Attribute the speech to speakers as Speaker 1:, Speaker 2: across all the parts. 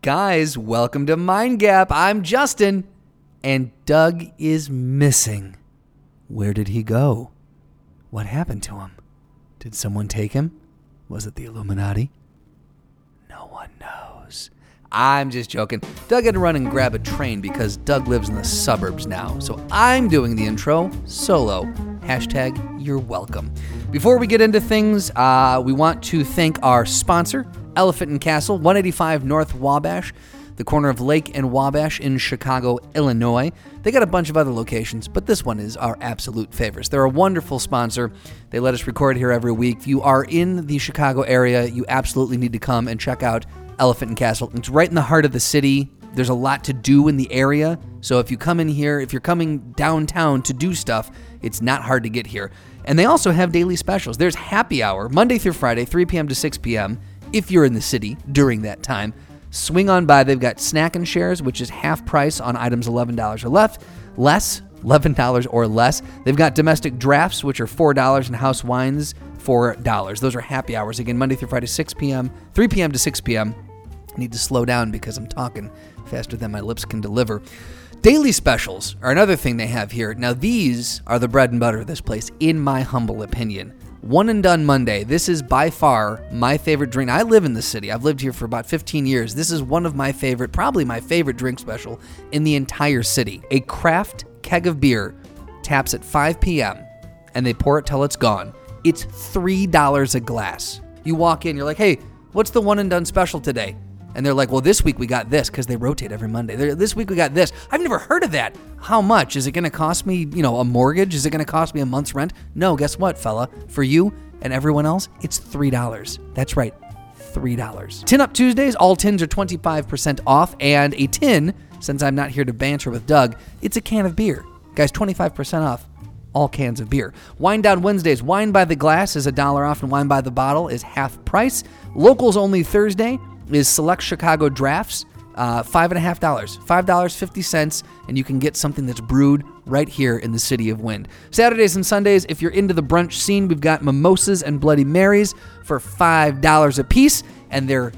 Speaker 1: Guys, welcome to Mind Gap. I'm Justin, and Doug is missing. Where did he go? What happened to him? Did someone take him? Was it the Illuminati? No one knows. I'm just joking. Doug had to run and grab a train because Doug lives in the suburbs now. So I'm doing the intro solo. Hashtag you're welcome. Before we get into things, uh, we want to thank our sponsor, Elephant and Castle, 185 North Wabash, the corner of Lake and Wabash in Chicago, Illinois. They got a bunch of other locations, but this one is our absolute favorites. They're a wonderful sponsor. They let us record here every week. If you are in the Chicago area, you absolutely need to come and check out Elephant and Castle. It's right in the heart of the city. There's a lot to do in the area. So if you come in here, if you're coming downtown to do stuff, it's not hard to get here. And they also have daily specials. There's happy hour Monday through Friday, 3 p.m. to 6 p.m. if you're in the city during that time. Swing on by. They've got snack and shares, which is half price on items $11 or left, less, $11 or less. They've got domestic drafts, which are $4, and house wines, $4. Those are happy hours. Again, Monday through Friday, 6 p.m., 3 p.m. to 6 p.m. I need to slow down because I'm talking faster than my lips can deliver. Daily specials are another thing they have here. Now, these are the bread and butter of this place, in my humble opinion. One and Done Monday. This is by far my favorite drink. I live in the city. I've lived here for about 15 years. This is one of my favorite, probably my favorite drink special in the entire city. A craft keg of beer taps at 5 p.m and they pour it till it's gone. It's three dollars a glass. You walk in, you're like, "Hey, what's the one and done special today?" And they're like, "Well, this week we got this because they rotate every Monday. They're, this week we got this. I've never heard of that. How much is it going to cost me? You know, a mortgage? Is it going to cost me a month's rent? No. Guess what, fella? For you and everyone else, it's three dollars. That's right, three dollars. Tin Up Tuesdays, all tins are twenty five percent off, and a tin. Since I'm not here to banter with Doug, it's a can of beer, guys. Twenty five percent off all cans of beer. Wine Down Wednesdays, wine by the glass is a dollar off and wine by the bottle is half price. Locals only Thursday is select Chicago drafts, uh, five and a half dollars, five dollars fifty cents, and you can get something that's brewed right here in the city of Wind. Saturdays and Sundays, if you're into the brunch scene, we've got mimosas and Bloody Marys for five dollars a piece, and they're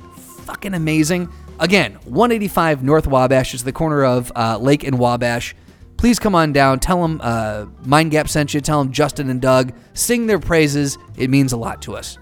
Speaker 1: fucking amazing. Again, 185 North Wabash is the corner of uh, Lake and Wabash please come on down. Tell them uh, Mind Gap sent you. Tell them Justin and Doug. Sing their praises. It means a lot to us.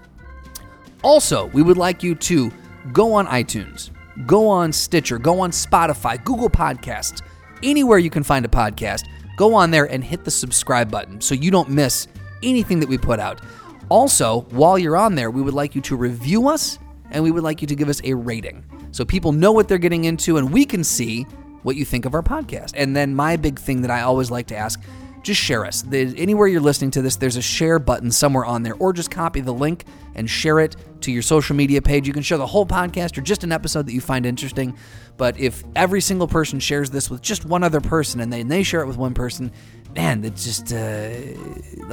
Speaker 1: Also, we would like you to go on iTunes, go on Stitcher, go on Spotify, Google Podcasts, anywhere you can find a podcast. Go on there and hit the subscribe button so you don't miss anything that we put out. Also, while you're on there, we would like you to review us and we would like you to give us a rating so people know what they're getting into and we can see what you think of our podcast. And then my big thing that I always like to ask just share us. The- Anywhere you're listening to this, there's a share button somewhere on there, or just copy the link and share it to your social media page. You can share the whole podcast or just an episode that you find interesting. But if every single person shares this with just one other person and then they share it with one person, man, it's just, uh,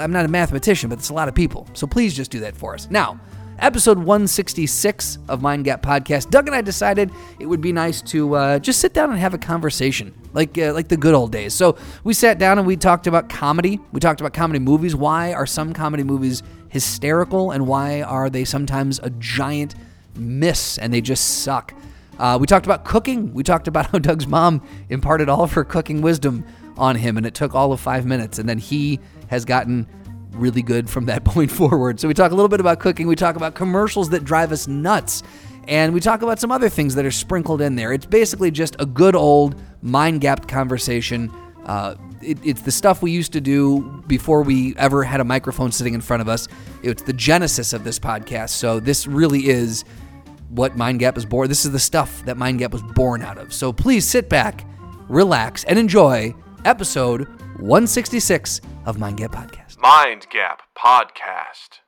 Speaker 1: I'm not a mathematician, but it's a lot of people. So please just do that for us. Now, episode 166 of Mind Gap Podcast, Doug and I decided it would be nice to uh, just sit down and have a conversation, like uh, like the good old days. So we sat down and we talked about comedy. We talked about comedy movies. Why are some comedy movies hysterical, and why are they sometimes a giant miss and they just suck? Uh, we talked about cooking. We talked about how Doug's mom imparted all of her cooking wisdom on him, and it took all of five minutes. And then he has gotten really good from that point forward. So we talk a little bit about cooking. We talk about commercials that drive us nuts. And we talk about some other things that are sprinkled in there. It's basically just a good old mind gapped conversation. Uh, it, it's the stuff we used to do before we ever had a microphone sitting in front of us. It's the genesis of this podcast. So this really is what Mind Gap is born. This is the stuff that Mind Gap was born out of. So please sit back, relax, and enjoy episode 166 of Mind Gap Podcast.
Speaker 2: Mind Gap Podcast.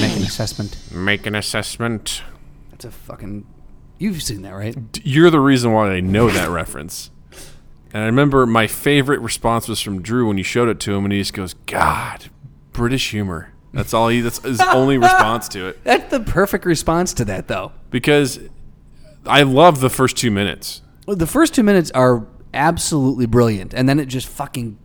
Speaker 1: Make an assessment.
Speaker 2: Make an assessment.
Speaker 1: That's a fucking. You've seen that, right?
Speaker 2: You're the reason why I know that reference. And I remember my favorite response was from Drew when you showed it to him, and he just goes, God, British humor. That's all he. That's his only response to it.
Speaker 1: That's the perfect response to that, though.
Speaker 2: Because I love the first two minutes.
Speaker 1: Well, the first two minutes are absolutely brilliant, and then it just fucking,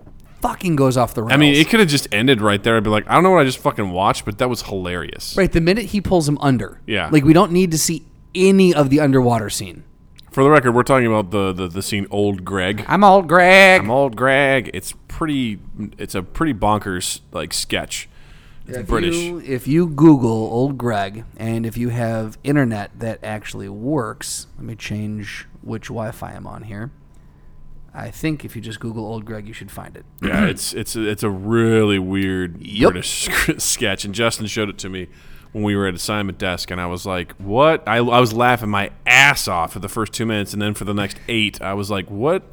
Speaker 1: fucking goes off the rails.
Speaker 2: I mean, it could have just ended right there. I'd be like, I don't know what I just fucking watched, but that was hilarious.
Speaker 1: right the minute he pulls him under.
Speaker 2: Yeah.
Speaker 1: Like we don't need to see any of the underwater scene.
Speaker 2: For the record, we're talking about the the, the scene Old Greg.
Speaker 1: I'm old Greg.
Speaker 2: I'm old Greg. It's pretty. It's a pretty bonkers like sketch. It's British.
Speaker 1: You- if you Google old Greg, and if you have internet that actually works, let me change which Wi-Fi I'm on here. I think if you just Google old Greg, you should find it.
Speaker 2: yeah, it's it's a, it's a really weird
Speaker 1: Yep.
Speaker 2: British sketch, and Justin showed it to me when we were at assignment desk, and I was like, "What?" I, I was laughing my ass off for the first two minutes, and then for the next eight, I was like, "What?"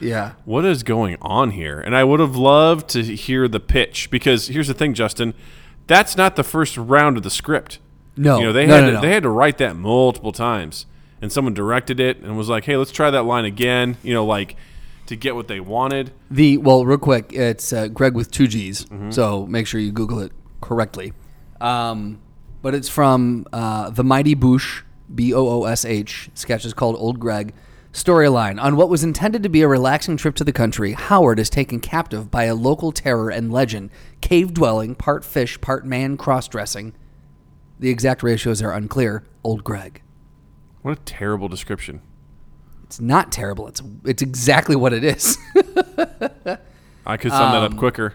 Speaker 1: Yeah.
Speaker 2: what is going on here? And I would have loved to hear the pitch because here's the thing, Justin, that's not the first round of the script.
Speaker 1: No.
Speaker 2: you know they
Speaker 1: No,
Speaker 2: had
Speaker 1: no,
Speaker 2: to,
Speaker 1: no.
Speaker 2: they had to write that multiple times, and someone directed it and was like, "Hey, let's try that line again." You know, like to get what they wanted.
Speaker 1: The well, real quick, it's uh, Greg with two G's, so make sure you Google it correctly. Um, but it's from uh, the Mighty Boosh, B O O S H. Sketch is called Old Greg. Storyline on what was intended to be a relaxing trip to the country, Howard is taken captive by a local terror and legend, cave dwelling, part fish, part man, cross dressing. The exact ratios are unclear. Old Greg.
Speaker 2: What a terrible description.
Speaker 1: It's not terrible. It's it's exactly what it is.
Speaker 2: I could sum that up
Speaker 1: Um,
Speaker 2: quicker.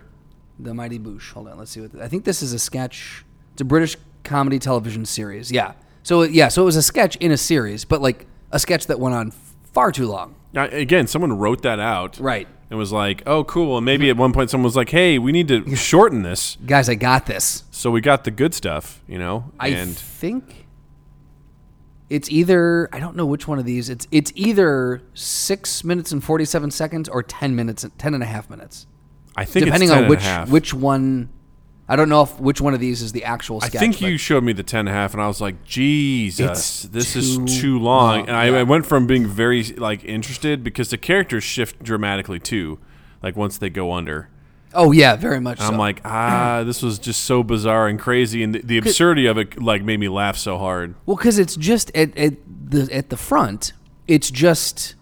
Speaker 1: The Mighty Boosh. Hold on, let's see what I think this is a sketch. It's a British comedy television series. Yeah. So yeah, so it was a sketch in a series, but like a sketch that went on far too long.
Speaker 2: Now, again, someone wrote that out,
Speaker 1: Right.
Speaker 2: And was like, "Oh, cool." And maybe at one point someone was like, "Hey, we need to shorten this."
Speaker 1: Guys, I got this.
Speaker 2: So we got the good stuff, you know.
Speaker 1: I
Speaker 2: and
Speaker 1: think it's either I don't know which one of these. It's it's either 6 minutes and 47 seconds or 10 minutes and 10 and a half minutes.
Speaker 2: I think
Speaker 1: depending
Speaker 2: it's
Speaker 1: on
Speaker 2: 10 and a
Speaker 1: which
Speaker 2: half.
Speaker 1: which one I don't know if which one of these is the actual
Speaker 2: I
Speaker 1: sketch.
Speaker 2: think
Speaker 1: but-
Speaker 2: you showed me the ten and a half, and I was like, Jesus,
Speaker 1: It's
Speaker 2: this is
Speaker 1: too
Speaker 2: too long.
Speaker 1: long,
Speaker 2: And I, I went from being very like interested because the characters shift dramatically too, like once they go under.
Speaker 1: Oh yeah, very much so.
Speaker 2: I'm like, ah, this was just so bizarre and crazy, and the, the absurdity of it like made me laugh so hard.
Speaker 1: Well, because it's just at, at the at the front, it's just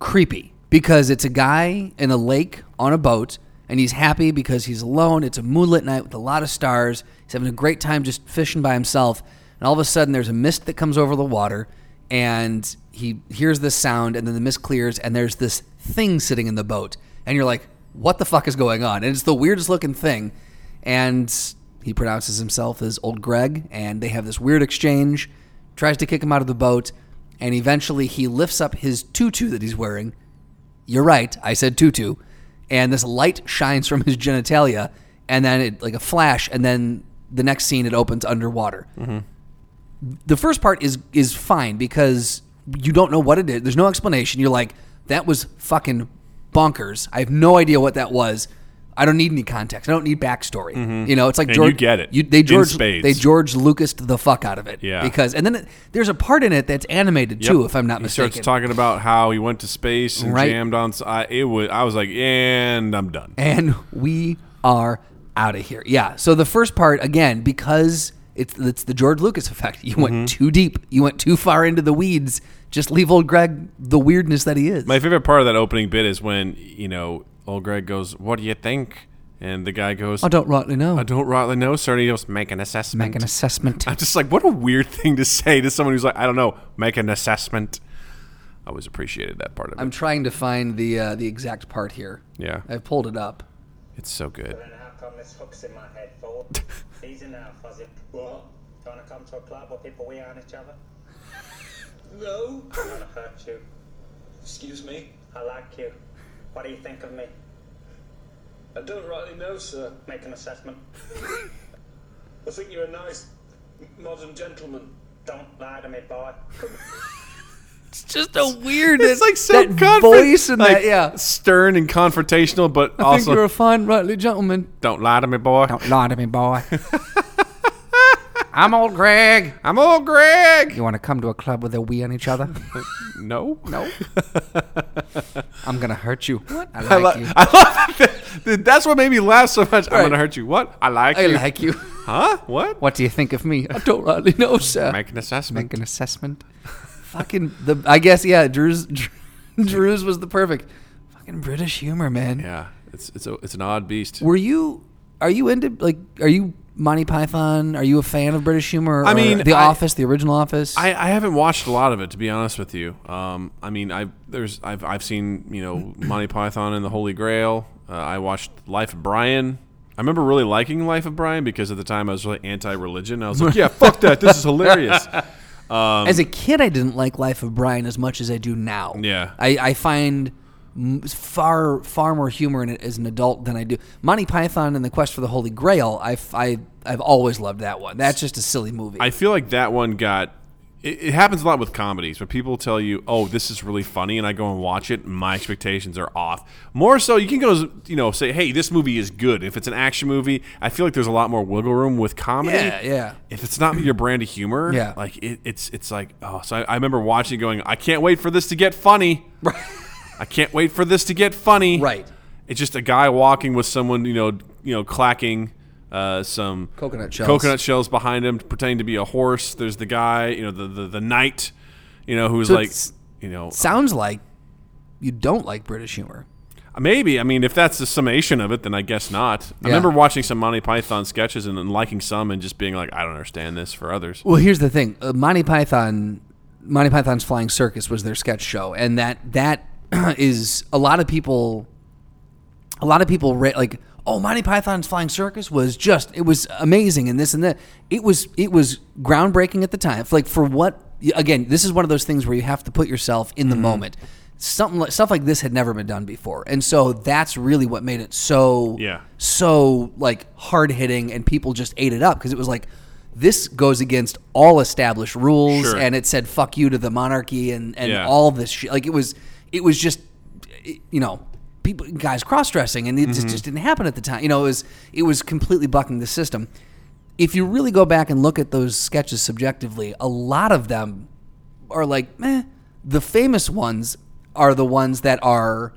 Speaker 1: creepy because it's a guy in a lake on a boat, and he's happy because he's alone. It's a moonlit night with a lot of stars. He's having a great time just fishing by himself, and all of a sudden, there's a mist that comes over the water, and he hears this sound, and then the mist clears, and there's this thing sitting in the boat, and you're like, "What the fuck is going on?" And it's the weirdest looking thing, and he pronounces himself as Old Greg, and they have this weird exchange. Tries to kick him out of the boat, and eventually he lifts up his tutu that he's wearing. You're right, I said tutu, and this light shines from his genitalia, and then it like a flash, and then the next scene it opens underwater.
Speaker 2: Mm-hmm.
Speaker 1: The first part is is fine because you don't know what it is. There's no explanation. You're like, that was fucking bonkers. I have no idea what that was. I don't need any context. I don't need backstory. You know, it's like
Speaker 2: Mm-hmm. And
Speaker 1: George.
Speaker 2: you get it.
Speaker 1: You, they
Speaker 2: In
Speaker 1: George.
Speaker 2: spades.
Speaker 1: They George Lucas the fuck out of it.
Speaker 2: Yeah.
Speaker 1: Because and then it, there's a part in it that's animated too,
Speaker 2: Yep.
Speaker 1: if I'm not
Speaker 2: he
Speaker 1: mistaken.
Speaker 2: starts talking about how he went to space and
Speaker 1: Right.
Speaker 2: jammed on. s- I, it was, I was like, and I'm done.
Speaker 1: and we are out of here. Yeah. So the first part again because it's it's the George Lucas effect. You went too deep. You went too far into the weeds. Just leave old Greg the weirdness that he is.
Speaker 2: My favorite part of that opening bit is when you know old Greg goes, "What do you think?" and the guy goes,
Speaker 1: I don't rightly know.
Speaker 2: I don't rightly know, sir. And he goes, make an assessment.
Speaker 1: Make an assessment.
Speaker 2: I'm just like, what a weird thing to say to someone who's like, I don't know, make an assessment. I always appreciated that part of it.
Speaker 1: I'm trying to find the uh, the exact part here.
Speaker 2: yeah,
Speaker 1: I pulled it up.
Speaker 2: it's so good.
Speaker 3: And how come this hook's in my head for? He's in our fuzzy. What? Trying to come to a club where people wee on each other?
Speaker 4: No.
Speaker 3: Trying to hurt you.
Speaker 4: Excuse me.
Speaker 3: I like you. What do you think of me?
Speaker 4: I don't rightly know, sir.
Speaker 3: Make an assessment.
Speaker 4: I think you're a nice modern gentleman.
Speaker 3: Don't lie to me, boy.
Speaker 1: It's just a weird.
Speaker 2: It's like so
Speaker 1: that
Speaker 2: confront-
Speaker 1: voice and
Speaker 2: like,
Speaker 1: that yeah.
Speaker 2: stern and confrontational, but
Speaker 1: I think you're
Speaker 2: also
Speaker 1: a fine, rightly gentleman.
Speaker 2: don't lie to me, boy.
Speaker 1: lie to me, boy. I'm old Greg.
Speaker 2: I'm old Greg.
Speaker 1: You want to come to a club where they wee on each other?
Speaker 2: No.
Speaker 1: No. I'm gonna hurt you. What? I like
Speaker 2: I, lo-
Speaker 1: you.
Speaker 2: I love that- that. That's what made me laugh so much. I'm
Speaker 1: Right.
Speaker 2: gonna hurt you. What? I like
Speaker 1: I
Speaker 2: you.
Speaker 1: like you.
Speaker 2: Huh? What?
Speaker 1: What do you think of me? I don't really know, sir.
Speaker 2: Make an assessment.
Speaker 1: Make an assessment. Fucking the. I guess yeah. Drew's Drew's was the perfect. Fucking British humor, man.
Speaker 2: yeah. It's it's a, it's an odd beast.
Speaker 1: Were you? Are you into like? Are you Monty Python? Are you a fan of British humor?
Speaker 2: I
Speaker 1: or
Speaker 2: mean,
Speaker 1: The
Speaker 2: I-
Speaker 1: Office, the original Office.
Speaker 2: I, I haven't watched a lot of it to be honest with you. Um, I mean, I there's I've I've seen you know Monty Python and the Holy Grail. Uh, I watched Life of Brian. I remember really liking Life of Brian because at the time I was really anti-religion. I was like, yeah, fuck that. This is hilarious.
Speaker 1: as a kid, I didn't like Life of Brian as much as I do now.
Speaker 2: Yeah.
Speaker 1: I, I find m- far far more humor in it as an adult than I do. Monty Python and the Quest for the Holy Grail. I I I've always loved that one. That's just a silly movie.
Speaker 2: I feel like that one got. It, it happens a lot with comedies where people tell you, "Oh, this is really funny," and I go and watch it, and my expectations are off. More so, you can go, you know, say, "Hey, this movie is good." If it's an action movie, I feel like there's a lot more wiggle room with comedy.
Speaker 1: Yeah, yeah.
Speaker 2: If it's not your brand of humor,
Speaker 1: Yeah.
Speaker 2: like it, it's it's like oh, so I, I remember watching, it going, "I can't wait for this to get funny." I can't wait for this to get funny.
Speaker 1: Right.
Speaker 2: It's just a guy walking with someone, you know, you know, clacking uh, some
Speaker 1: Coconut shells.
Speaker 2: coconut shells behind him, pretending to be a horse. There's the guy, you know, the the, the knight, you know, who's
Speaker 1: So
Speaker 2: like,
Speaker 1: it's-
Speaker 2: you know,
Speaker 1: Sounds like you don't like British humor.
Speaker 2: maybe. I mean, if that's the summation of it, then I guess not. I
Speaker 1: Yeah.
Speaker 2: remember watching some Monty Python sketches and then liking some and just being like, I don't understand this for others.
Speaker 1: Well, here's the thing: uh, Monty Python, Monty Python's Flying Circus was their sketch show, and that that is a lot of people, a lot of people ra- like, oh, Monty Python's Flying Circus was just it was amazing, and this and that. It was it was groundbreaking at the time. Like for what? Again, this is one of those things where you have to put yourself in the
Speaker 2: Mm-hmm.
Speaker 1: moment. Something like, stuff like this had never been done before, and so that's really what made it so
Speaker 2: Yeah.
Speaker 1: so like hard hitting and people just ate it up because it was like this goes against all established rules
Speaker 2: Sure.
Speaker 1: and it said fuck you to the monarchy and and
Speaker 2: Yeah.
Speaker 1: all this shit like it was it was just it- you know people guys cross dressing and it just, just didn't happen at the time you know it was it was completely bucking the system if you really go back and look at those sketches subjectively a lot of them are like meh the famous ones are the ones that are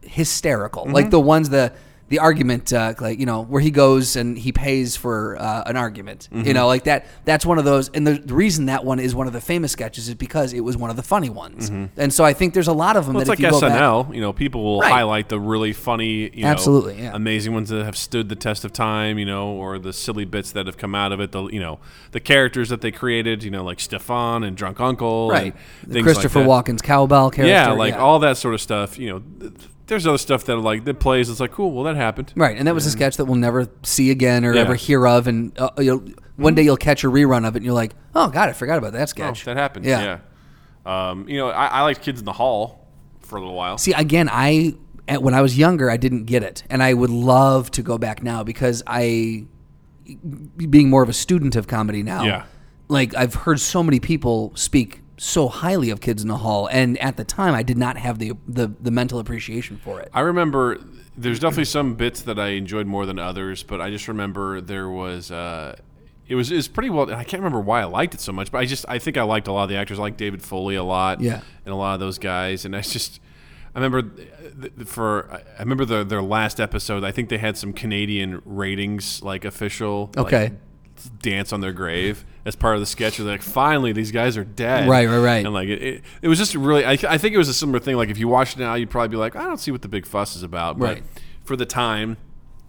Speaker 1: hysterical.
Speaker 2: Mm-hmm.
Speaker 1: Like the ones the the argument, uh, like you know, where he goes and he pays for uh, an argument. You
Speaker 2: Mm-hmm.
Speaker 1: know, like that. That's one of those. And the, the reason that one is one of the famous sketches is because it was one of the funny ones. And so I think there's a lot of them
Speaker 2: Mm-hmm. Well, it's
Speaker 1: that
Speaker 2: like
Speaker 1: if you go back,
Speaker 2: SNL, you know, people will
Speaker 1: Right.
Speaker 2: highlight the really funny, you know,
Speaker 1: Absolutely, yeah.
Speaker 2: amazing ones that have stood the test of time, you know, or the silly bits that have come out of it, the you know, the characters that they created, you know, like Stefan and Drunk Uncle,
Speaker 1: right?
Speaker 2: and
Speaker 1: The
Speaker 2: things
Speaker 1: Christopher
Speaker 2: like that.
Speaker 1: Walken's cowbell character,
Speaker 2: yeah, like all that sort of stuff, you know. th- There's other stuff that like that plays. It's like cool. Well, that happened.
Speaker 1: Right, and that was a sketch that we'll never see again or
Speaker 2: Yeah. Mm-hmm.
Speaker 1: ever hear of, and uh, you'll, one day you'll catch a rerun of it, and you're like, "Oh God, I forgot about that
Speaker 2: Oh,
Speaker 1: sketch."
Speaker 2: that happened.
Speaker 1: Yeah.
Speaker 2: Yeah. Um, you know, I, I liked Kids in the Hall for a little while.
Speaker 1: See, again, I at- when I was younger, I didn't get it, and I would love to go back now because I, being more of a student of comedy now,
Speaker 2: Yeah.
Speaker 1: like I've heard so many people speak so highly of Kids in the Hall, and at the time, I did not have the the, the mental appreciation for it.
Speaker 2: I remember there's definitely some bits that I enjoyed more than others, but I just remember there was uh, it was it was pretty well. I can't remember why I liked it so much, but I just I think I liked a lot of the actors. I liked David Foley a lot,
Speaker 1: Yeah.
Speaker 2: and a lot of those guys. And I just I remember th- th- for I remember their their last episode. I think they had some Canadian ratings like official like,
Speaker 1: Okay.
Speaker 2: dance on their grave as part of the sketch. Where they're like, finally, these guys are dead.
Speaker 1: Right, right, right.
Speaker 2: And like, it, it, it was just really. I, I think it was a similar thing. Like, if you watched it now, you'd probably be like, I don't see what the big fuss is about. But
Speaker 1: Right.
Speaker 2: for the time,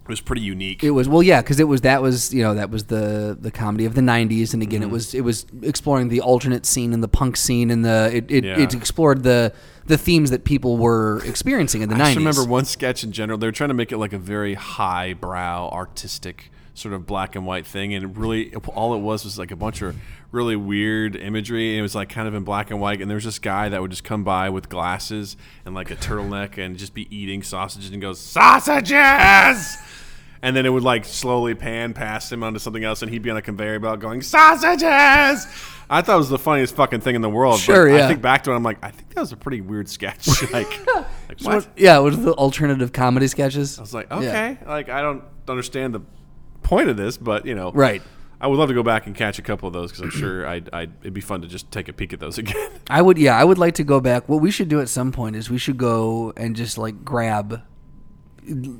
Speaker 2: it was pretty unique.
Speaker 1: It was well, yeah, because it was that was you know that was the the comedy of the '90s, and again,
Speaker 2: Mm-hmm.
Speaker 1: it was it was exploring the alternate scene and the punk scene and the it it,
Speaker 2: Yeah.
Speaker 1: it explored the the themes that people were experiencing in the
Speaker 2: I
Speaker 1: 90s.
Speaker 2: just remember one sketch in general. They were trying to make it like a very highbrow, artistic sort of black and white thing, and it really all it was was like a bunch of really weird imagery. And it was like kind of in black and white, and there was this guy that would just come by with glasses and like a turtleneck and just be eating sausages and goes sausages. And then it would like slowly pan past him onto something else, and he'd be on a conveyor belt going sausages. I thought it was the funniest fucking thing in the world. but
Speaker 1: Sure, yeah.
Speaker 2: I think back to it, I'm like, I think that was a pretty weird sketch. like, like Oh,
Speaker 1: It was- Yeah, it was the alternative comedy sketches.
Speaker 2: I was like, okay, like I don't understand the point of this, but you know,
Speaker 1: Right.
Speaker 2: I would love to go back and catch a couple of those because I'm sure I'd, I'd it'd be fun to just take a peek at those again.
Speaker 1: I would, yeah, I would like to go back. What we should do at some point is we should go and just like grab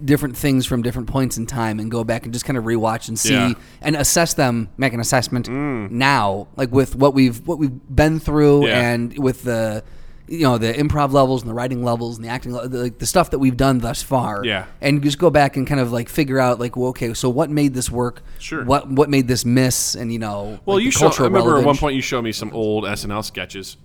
Speaker 1: different things from different points in time and go back and just kind of rewatch and see
Speaker 2: Yeah. Mm.
Speaker 1: and assess them, make an assessment now, like with what we've what we've been through
Speaker 2: Yeah.
Speaker 1: and with the you know the improv levels and the writing levels and the acting le- the, like the stuff that we've done thus far
Speaker 2: Yeah.
Speaker 1: and just go back and kind of like figure out like well, okay so what made this work
Speaker 2: Sure.
Speaker 1: what what made this miss and you know
Speaker 2: Well,
Speaker 1: like,
Speaker 2: you
Speaker 1: the
Speaker 2: show, I
Speaker 1: cultural
Speaker 2: remember at one
Speaker 1: relevance.
Speaker 2: point you showed me some old SNL sketches,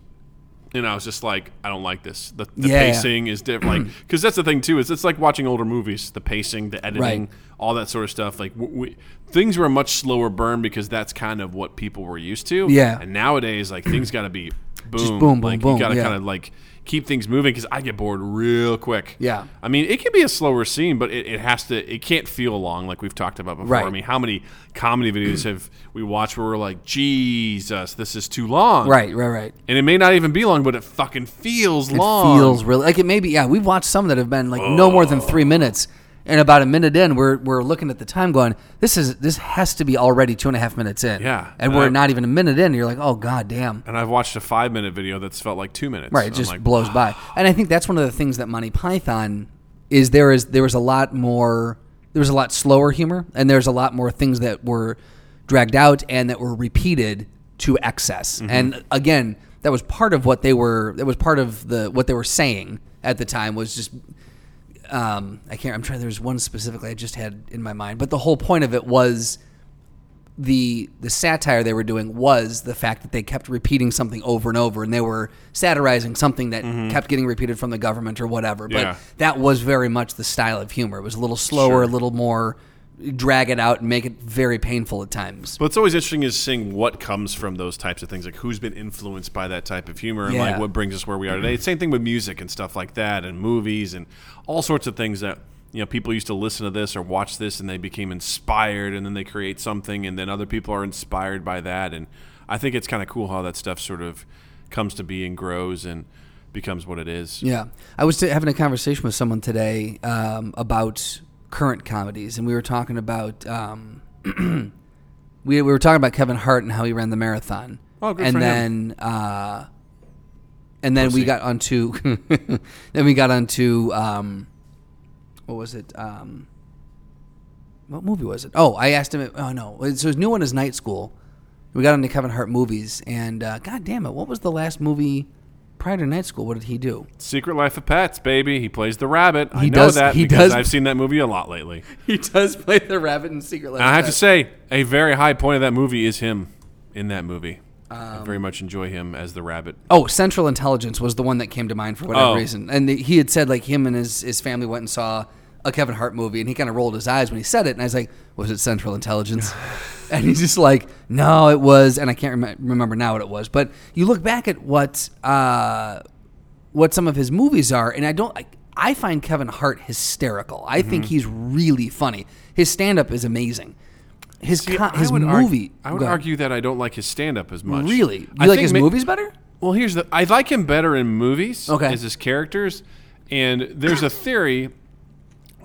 Speaker 2: and I was just like, I don't like this. The, the
Speaker 1: Yeah.
Speaker 2: pacing is different, like because that's the thing too is it's like watching older movies. The pacing, the editing,
Speaker 1: Right.
Speaker 2: all that sort of stuff. Like w we, things were a much slower burn because that's kind of what people were used to.
Speaker 1: Yeah.
Speaker 2: and nowadays like things got to be boom,
Speaker 1: boom, boom,
Speaker 2: like,
Speaker 1: boom,
Speaker 2: You got to
Speaker 1: yeah.
Speaker 2: kind of like keep things moving because I get bored real quick.
Speaker 1: Yeah.
Speaker 2: I mean it can be a slower scene, but it, it has to. It can't feel long like we've talked about before.
Speaker 1: Right.
Speaker 2: I mean, how many comedy videos have we watched where we're like, Jesus, this is too long.
Speaker 1: right right right
Speaker 2: And it may not even be long, but it fucking feels
Speaker 1: It
Speaker 2: long.
Speaker 1: feels really like it may be. Yeah, we've watched some that have been like no more than three minutes, and about a minute in, we're we're looking at the time, going, "This is this has to be already two and a half minutes in."
Speaker 2: Yeah.
Speaker 1: and we're
Speaker 2: And I-
Speaker 1: not even a minute in. and You're like, "Oh god damn!"
Speaker 2: And I've watched a five minute video that's felt like two minutes.
Speaker 1: Right, it
Speaker 2: I'm
Speaker 1: just
Speaker 2: like,
Speaker 1: blows by. And I think that's one of the things that Monty Python is. There is there was a lot more. There was a lot slower humor, and there's a lot more things that were dragged out and that were repeated to excess.
Speaker 2: Mm-hmm.
Speaker 1: And again, that was part of what they were. That was part of the what they were saying at the time was just um, I can't. I'm trying. There's one specifically I just had in my mind, but the whole point of it was the the satire they were doing was the fact that they kept repeating something over and over, and they were satirizing something that kept getting repeated from the government or whatever.
Speaker 2: Yeah.
Speaker 1: But that was very much the style of humor. It was a little slower, a little more drag it out and make it very painful at times.
Speaker 2: But it's always interesting is seeing what comes from those types of things, like who's been influenced by that type of humor, and like
Speaker 1: Yeah. Mm-hmm.
Speaker 2: what brings us where we are today. Same thing with music and stuff like that, and movies, and all sorts of things that you know people used to listen to this or watch this, and they became inspired, and then they create something, and then other people are inspired by that. And I think it's kind of cool how that stuff sort of comes to be and grows and becomes what it is.
Speaker 1: Yeah, I was having a conversation with someone today um, about current comedies, and we were talking about um, we, we were talking about Kevin Hart and how he ran the marathon.
Speaker 2: Oh, good
Speaker 1: and
Speaker 2: for him.
Speaker 1: then uh, and then we got onto then we got onto um, what was it? Um, what movie was it? Oh, I asked him. Oh no, so his new one is Night School. We got into Kevin Hart movies, and uh, God damn it, what was the last movie prior to Night School? What did he do?
Speaker 2: Secret Life of Pets, baby. He plays the rabbit. I
Speaker 1: He
Speaker 2: know
Speaker 1: does-
Speaker 2: that
Speaker 1: he
Speaker 2: because
Speaker 1: does-
Speaker 2: I've seen that movie a lot lately.
Speaker 1: He does play the rabbit in Secret Life.
Speaker 2: And I have
Speaker 1: of
Speaker 2: to
Speaker 1: Pets.
Speaker 2: say, a very high point of that movie is him in that movie. I very much enjoy him as the rabbit.
Speaker 1: Oh, Central Intelligence was the one that came to mind for whatever
Speaker 2: Oh.
Speaker 1: reason, and the, he had said like him and his his family went and saw a Kevin Hart movie, and he kind of rolled his eyes when he said it, and I was like, "Was it Central Intelligence?" and he's just like, "No, it was," and I can't rem- remember now what it was, but you look back at what uh, what some of his movies are, and I don't. I, I find Kevin Hart hysterical. I think he's really funny. His stand up is amazing. His
Speaker 2: See,
Speaker 1: co- his
Speaker 2: I would
Speaker 1: movie.
Speaker 2: arg- I would
Speaker 1: Go ahead.
Speaker 2: argue that I don't like his stand up as much.
Speaker 1: Really? You
Speaker 2: I
Speaker 1: like
Speaker 2: think
Speaker 1: his
Speaker 2: ma-
Speaker 1: movies better?
Speaker 2: Well, here's the I like him better in movies
Speaker 1: Okay.
Speaker 2: as his characters. And there's a theory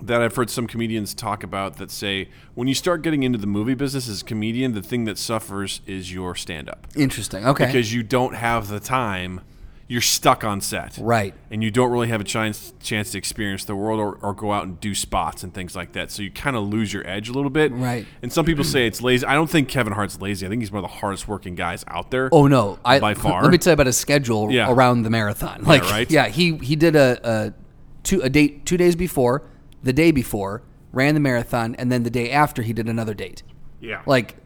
Speaker 2: that I've heard some comedians talk about that say when you start getting into the movie business as a comedian, the thing that suffers is your stand up.
Speaker 1: Interesting. Okay.
Speaker 2: because you don't have the time. You're stuck on set.
Speaker 1: Right.
Speaker 2: And you don't really have a chance, chance to experience the world or, or go out and do spots and things like that. So you kind of lose your edge a little bit.
Speaker 1: Right.
Speaker 2: And some people say it's lazy. I don't think Kevin Hart's lazy. I think he's one of the hardest working guys out there.
Speaker 1: oh no, I
Speaker 2: by far.
Speaker 1: Let me tell you about his schedule
Speaker 2: Yeah.
Speaker 1: around the marathon. Like,
Speaker 2: right?
Speaker 1: yeah, he he did a, a two a date two days before, the day before ran the marathon, and then the day after he did another date.
Speaker 2: Yeah.
Speaker 1: Like,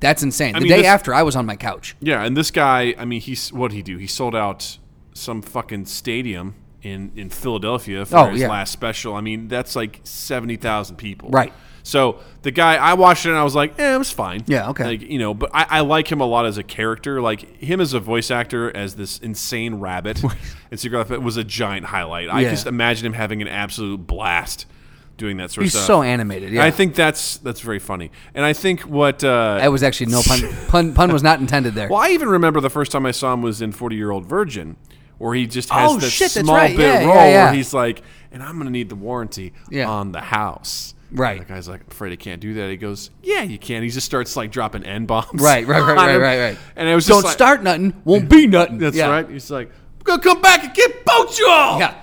Speaker 1: that's insane. the
Speaker 2: mean,
Speaker 1: day
Speaker 2: this-
Speaker 1: after, I was on my couch.
Speaker 2: Yeah, and this guy, I mean, he's what did he do? He sold out some fucking stadium in in Philadelphia for
Speaker 1: Oh,
Speaker 2: his
Speaker 1: yeah.
Speaker 2: last special. I mean, that's like seventy thousand people,
Speaker 1: Right.
Speaker 2: So the guy, I watched it and I was like, eh, it was fine.
Speaker 1: Yeah, okay.
Speaker 2: Like you know, but I, I like him a lot as a character. Like him as a voice actor, as this insane rabbit in Secret Life of Pets was a giant highlight. I
Speaker 1: Yeah.
Speaker 2: just imagine him having an absolute blast doing that sort
Speaker 1: He's
Speaker 2: of
Speaker 1: so
Speaker 2: stuff.
Speaker 1: animated.
Speaker 2: And
Speaker 1: Yeah,
Speaker 2: I think that's that's very funny, and I think what uh,
Speaker 1: that was actually no pun pun pun was not intended there.
Speaker 2: well, I even remember the first time I saw him was in Forty Year Old Virgin, where he just has
Speaker 1: Oh,
Speaker 2: that
Speaker 1: shit, that's
Speaker 2: small
Speaker 1: right.
Speaker 2: bit
Speaker 1: Yeah, yeah,
Speaker 2: role
Speaker 1: yeah.
Speaker 2: where he's like, "And I'm gonna need the warranty
Speaker 1: Yeah.
Speaker 2: on the house." The
Speaker 1: Right.
Speaker 2: guy's like, I'm afraid I can't do that. He goes, Yeah, you can. He just starts like dropping N bombs.
Speaker 1: Right, right, right,
Speaker 2: on
Speaker 1: right,
Speaker 2: him.
Speaker 1: right, right.
Speaker 2: And it was just
Speaker 1: Don't
Speaker 2: like-
Speaker 1: start nothing, won't be nothing.
Speaker 2: That's
Speaker 1: Yeah.
Speaker 2: right. He's like, I'm going to come back and get both y'all.
Speaker 1: Yeah.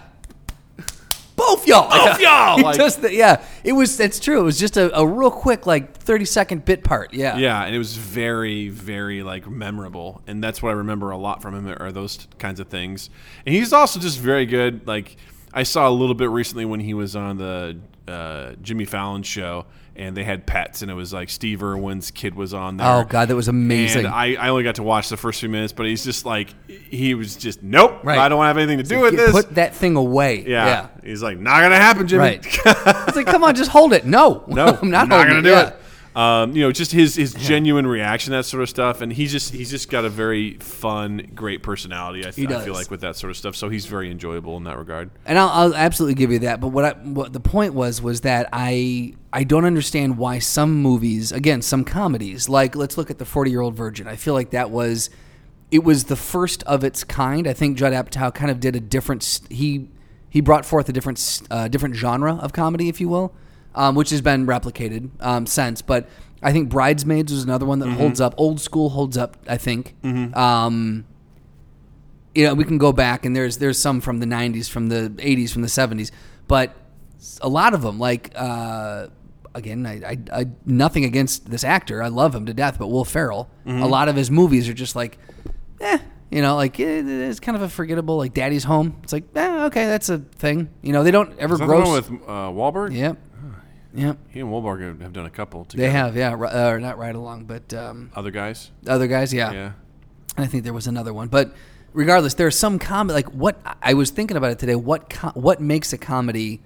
Speaker 1: Both y'all.
Speaker 2: Oh. Both
Speaker 1: Yeah.
Speaker 2: y'all.
Speaker 1: He
Speaker 2: Like-
Speaker 1: does the- yeah. It was that's true. It was just a, a real quick like 30 second bit part. Yeah.
Speaker 2: Yeah, and it was very, very like memorable, and that's what I remember a lot from him are those t- kinds of things. And he's also just very good. Like I saw a little bit recently when he was on the uh, Jimmy Fallon show, and they had pets, and it was like Steve Irwin's kid was on there.
Speaker 1: Oh god, that was amazing.
Speaker 2: And I, I only got to watch the first few minutes, but he's just like he was just nope.
Speaker 1: Right.
Speaker 2: I don't have anything to do with
Speaker 1: Get-
Speaker 2: this.
Speaker 1: Put that thing away.
Speaker 2: yeah. he's like not gonna happen, Jimmy.
Speaker 1: Right. it's like, come on, just hold it. No.
Speaker 2: No,
Speaker 1: I'm not, holding
Speaker 2: not gonna
Speaker 1: it.
Speaker 2: do
Speaker 1: Yeah.
Speaker 2: it. Um, you know, just his his genuine reaction, that sort of stuff, and he's just he's just got a very fun, great personality. I, th-
Speaker 1: He
Speaker 2: I feel
Speaker 1: does.
Speaker 2: like with that sort of stuff, so he's very enjoyable in that regard.
Speaker 1: And I'll, I'll absolutely give you that. But what, I, what the point was was that I I don't understand why some movies, again, some comedies, like let's look at the Forty Year Old Virgin. I feel like that was it was the first of its kind. I think Judd Apatow kind of did a different. s- He he brought forth a different s- uh, different genre of comedy, if you will, um, which has been replicated um, since. But I think Bridesmaids was another one that holds up. Old school holds up. I think. Um, you know, we can go back and there's there's some from the 90s, from the 80s, from the 70s, but a lot of them, like uh, again, I, I, I nothing against this actor, I love him to death, but Will Ferrell,
Speaker 2: Mm-hmm.
Speaker 1: a lot of his movies are just like, eh, you know, like eh, it's kind of a forgettable, like Daddy's Home. It's like, eh, okay, that's a thing. You know, they don't ever
Speaker 2: Is that the
Speaker 1: gross.
Speaker 2: one with uh, Wahlberg?
Speaker 1: yep, yep,
Speaker 2: he and Wahlberg have done a couple. Together.
Speaker 1: they have, yeah, ri- uh, not right along, but um,
Speaker 2: other guys.
Speaker 1: other guys,
Speaker 2: Yeah,
Speaker 1: And I think there was another one, but regardless, there's some comedy. Like what I was thinking about it today. What co- what makes a comedy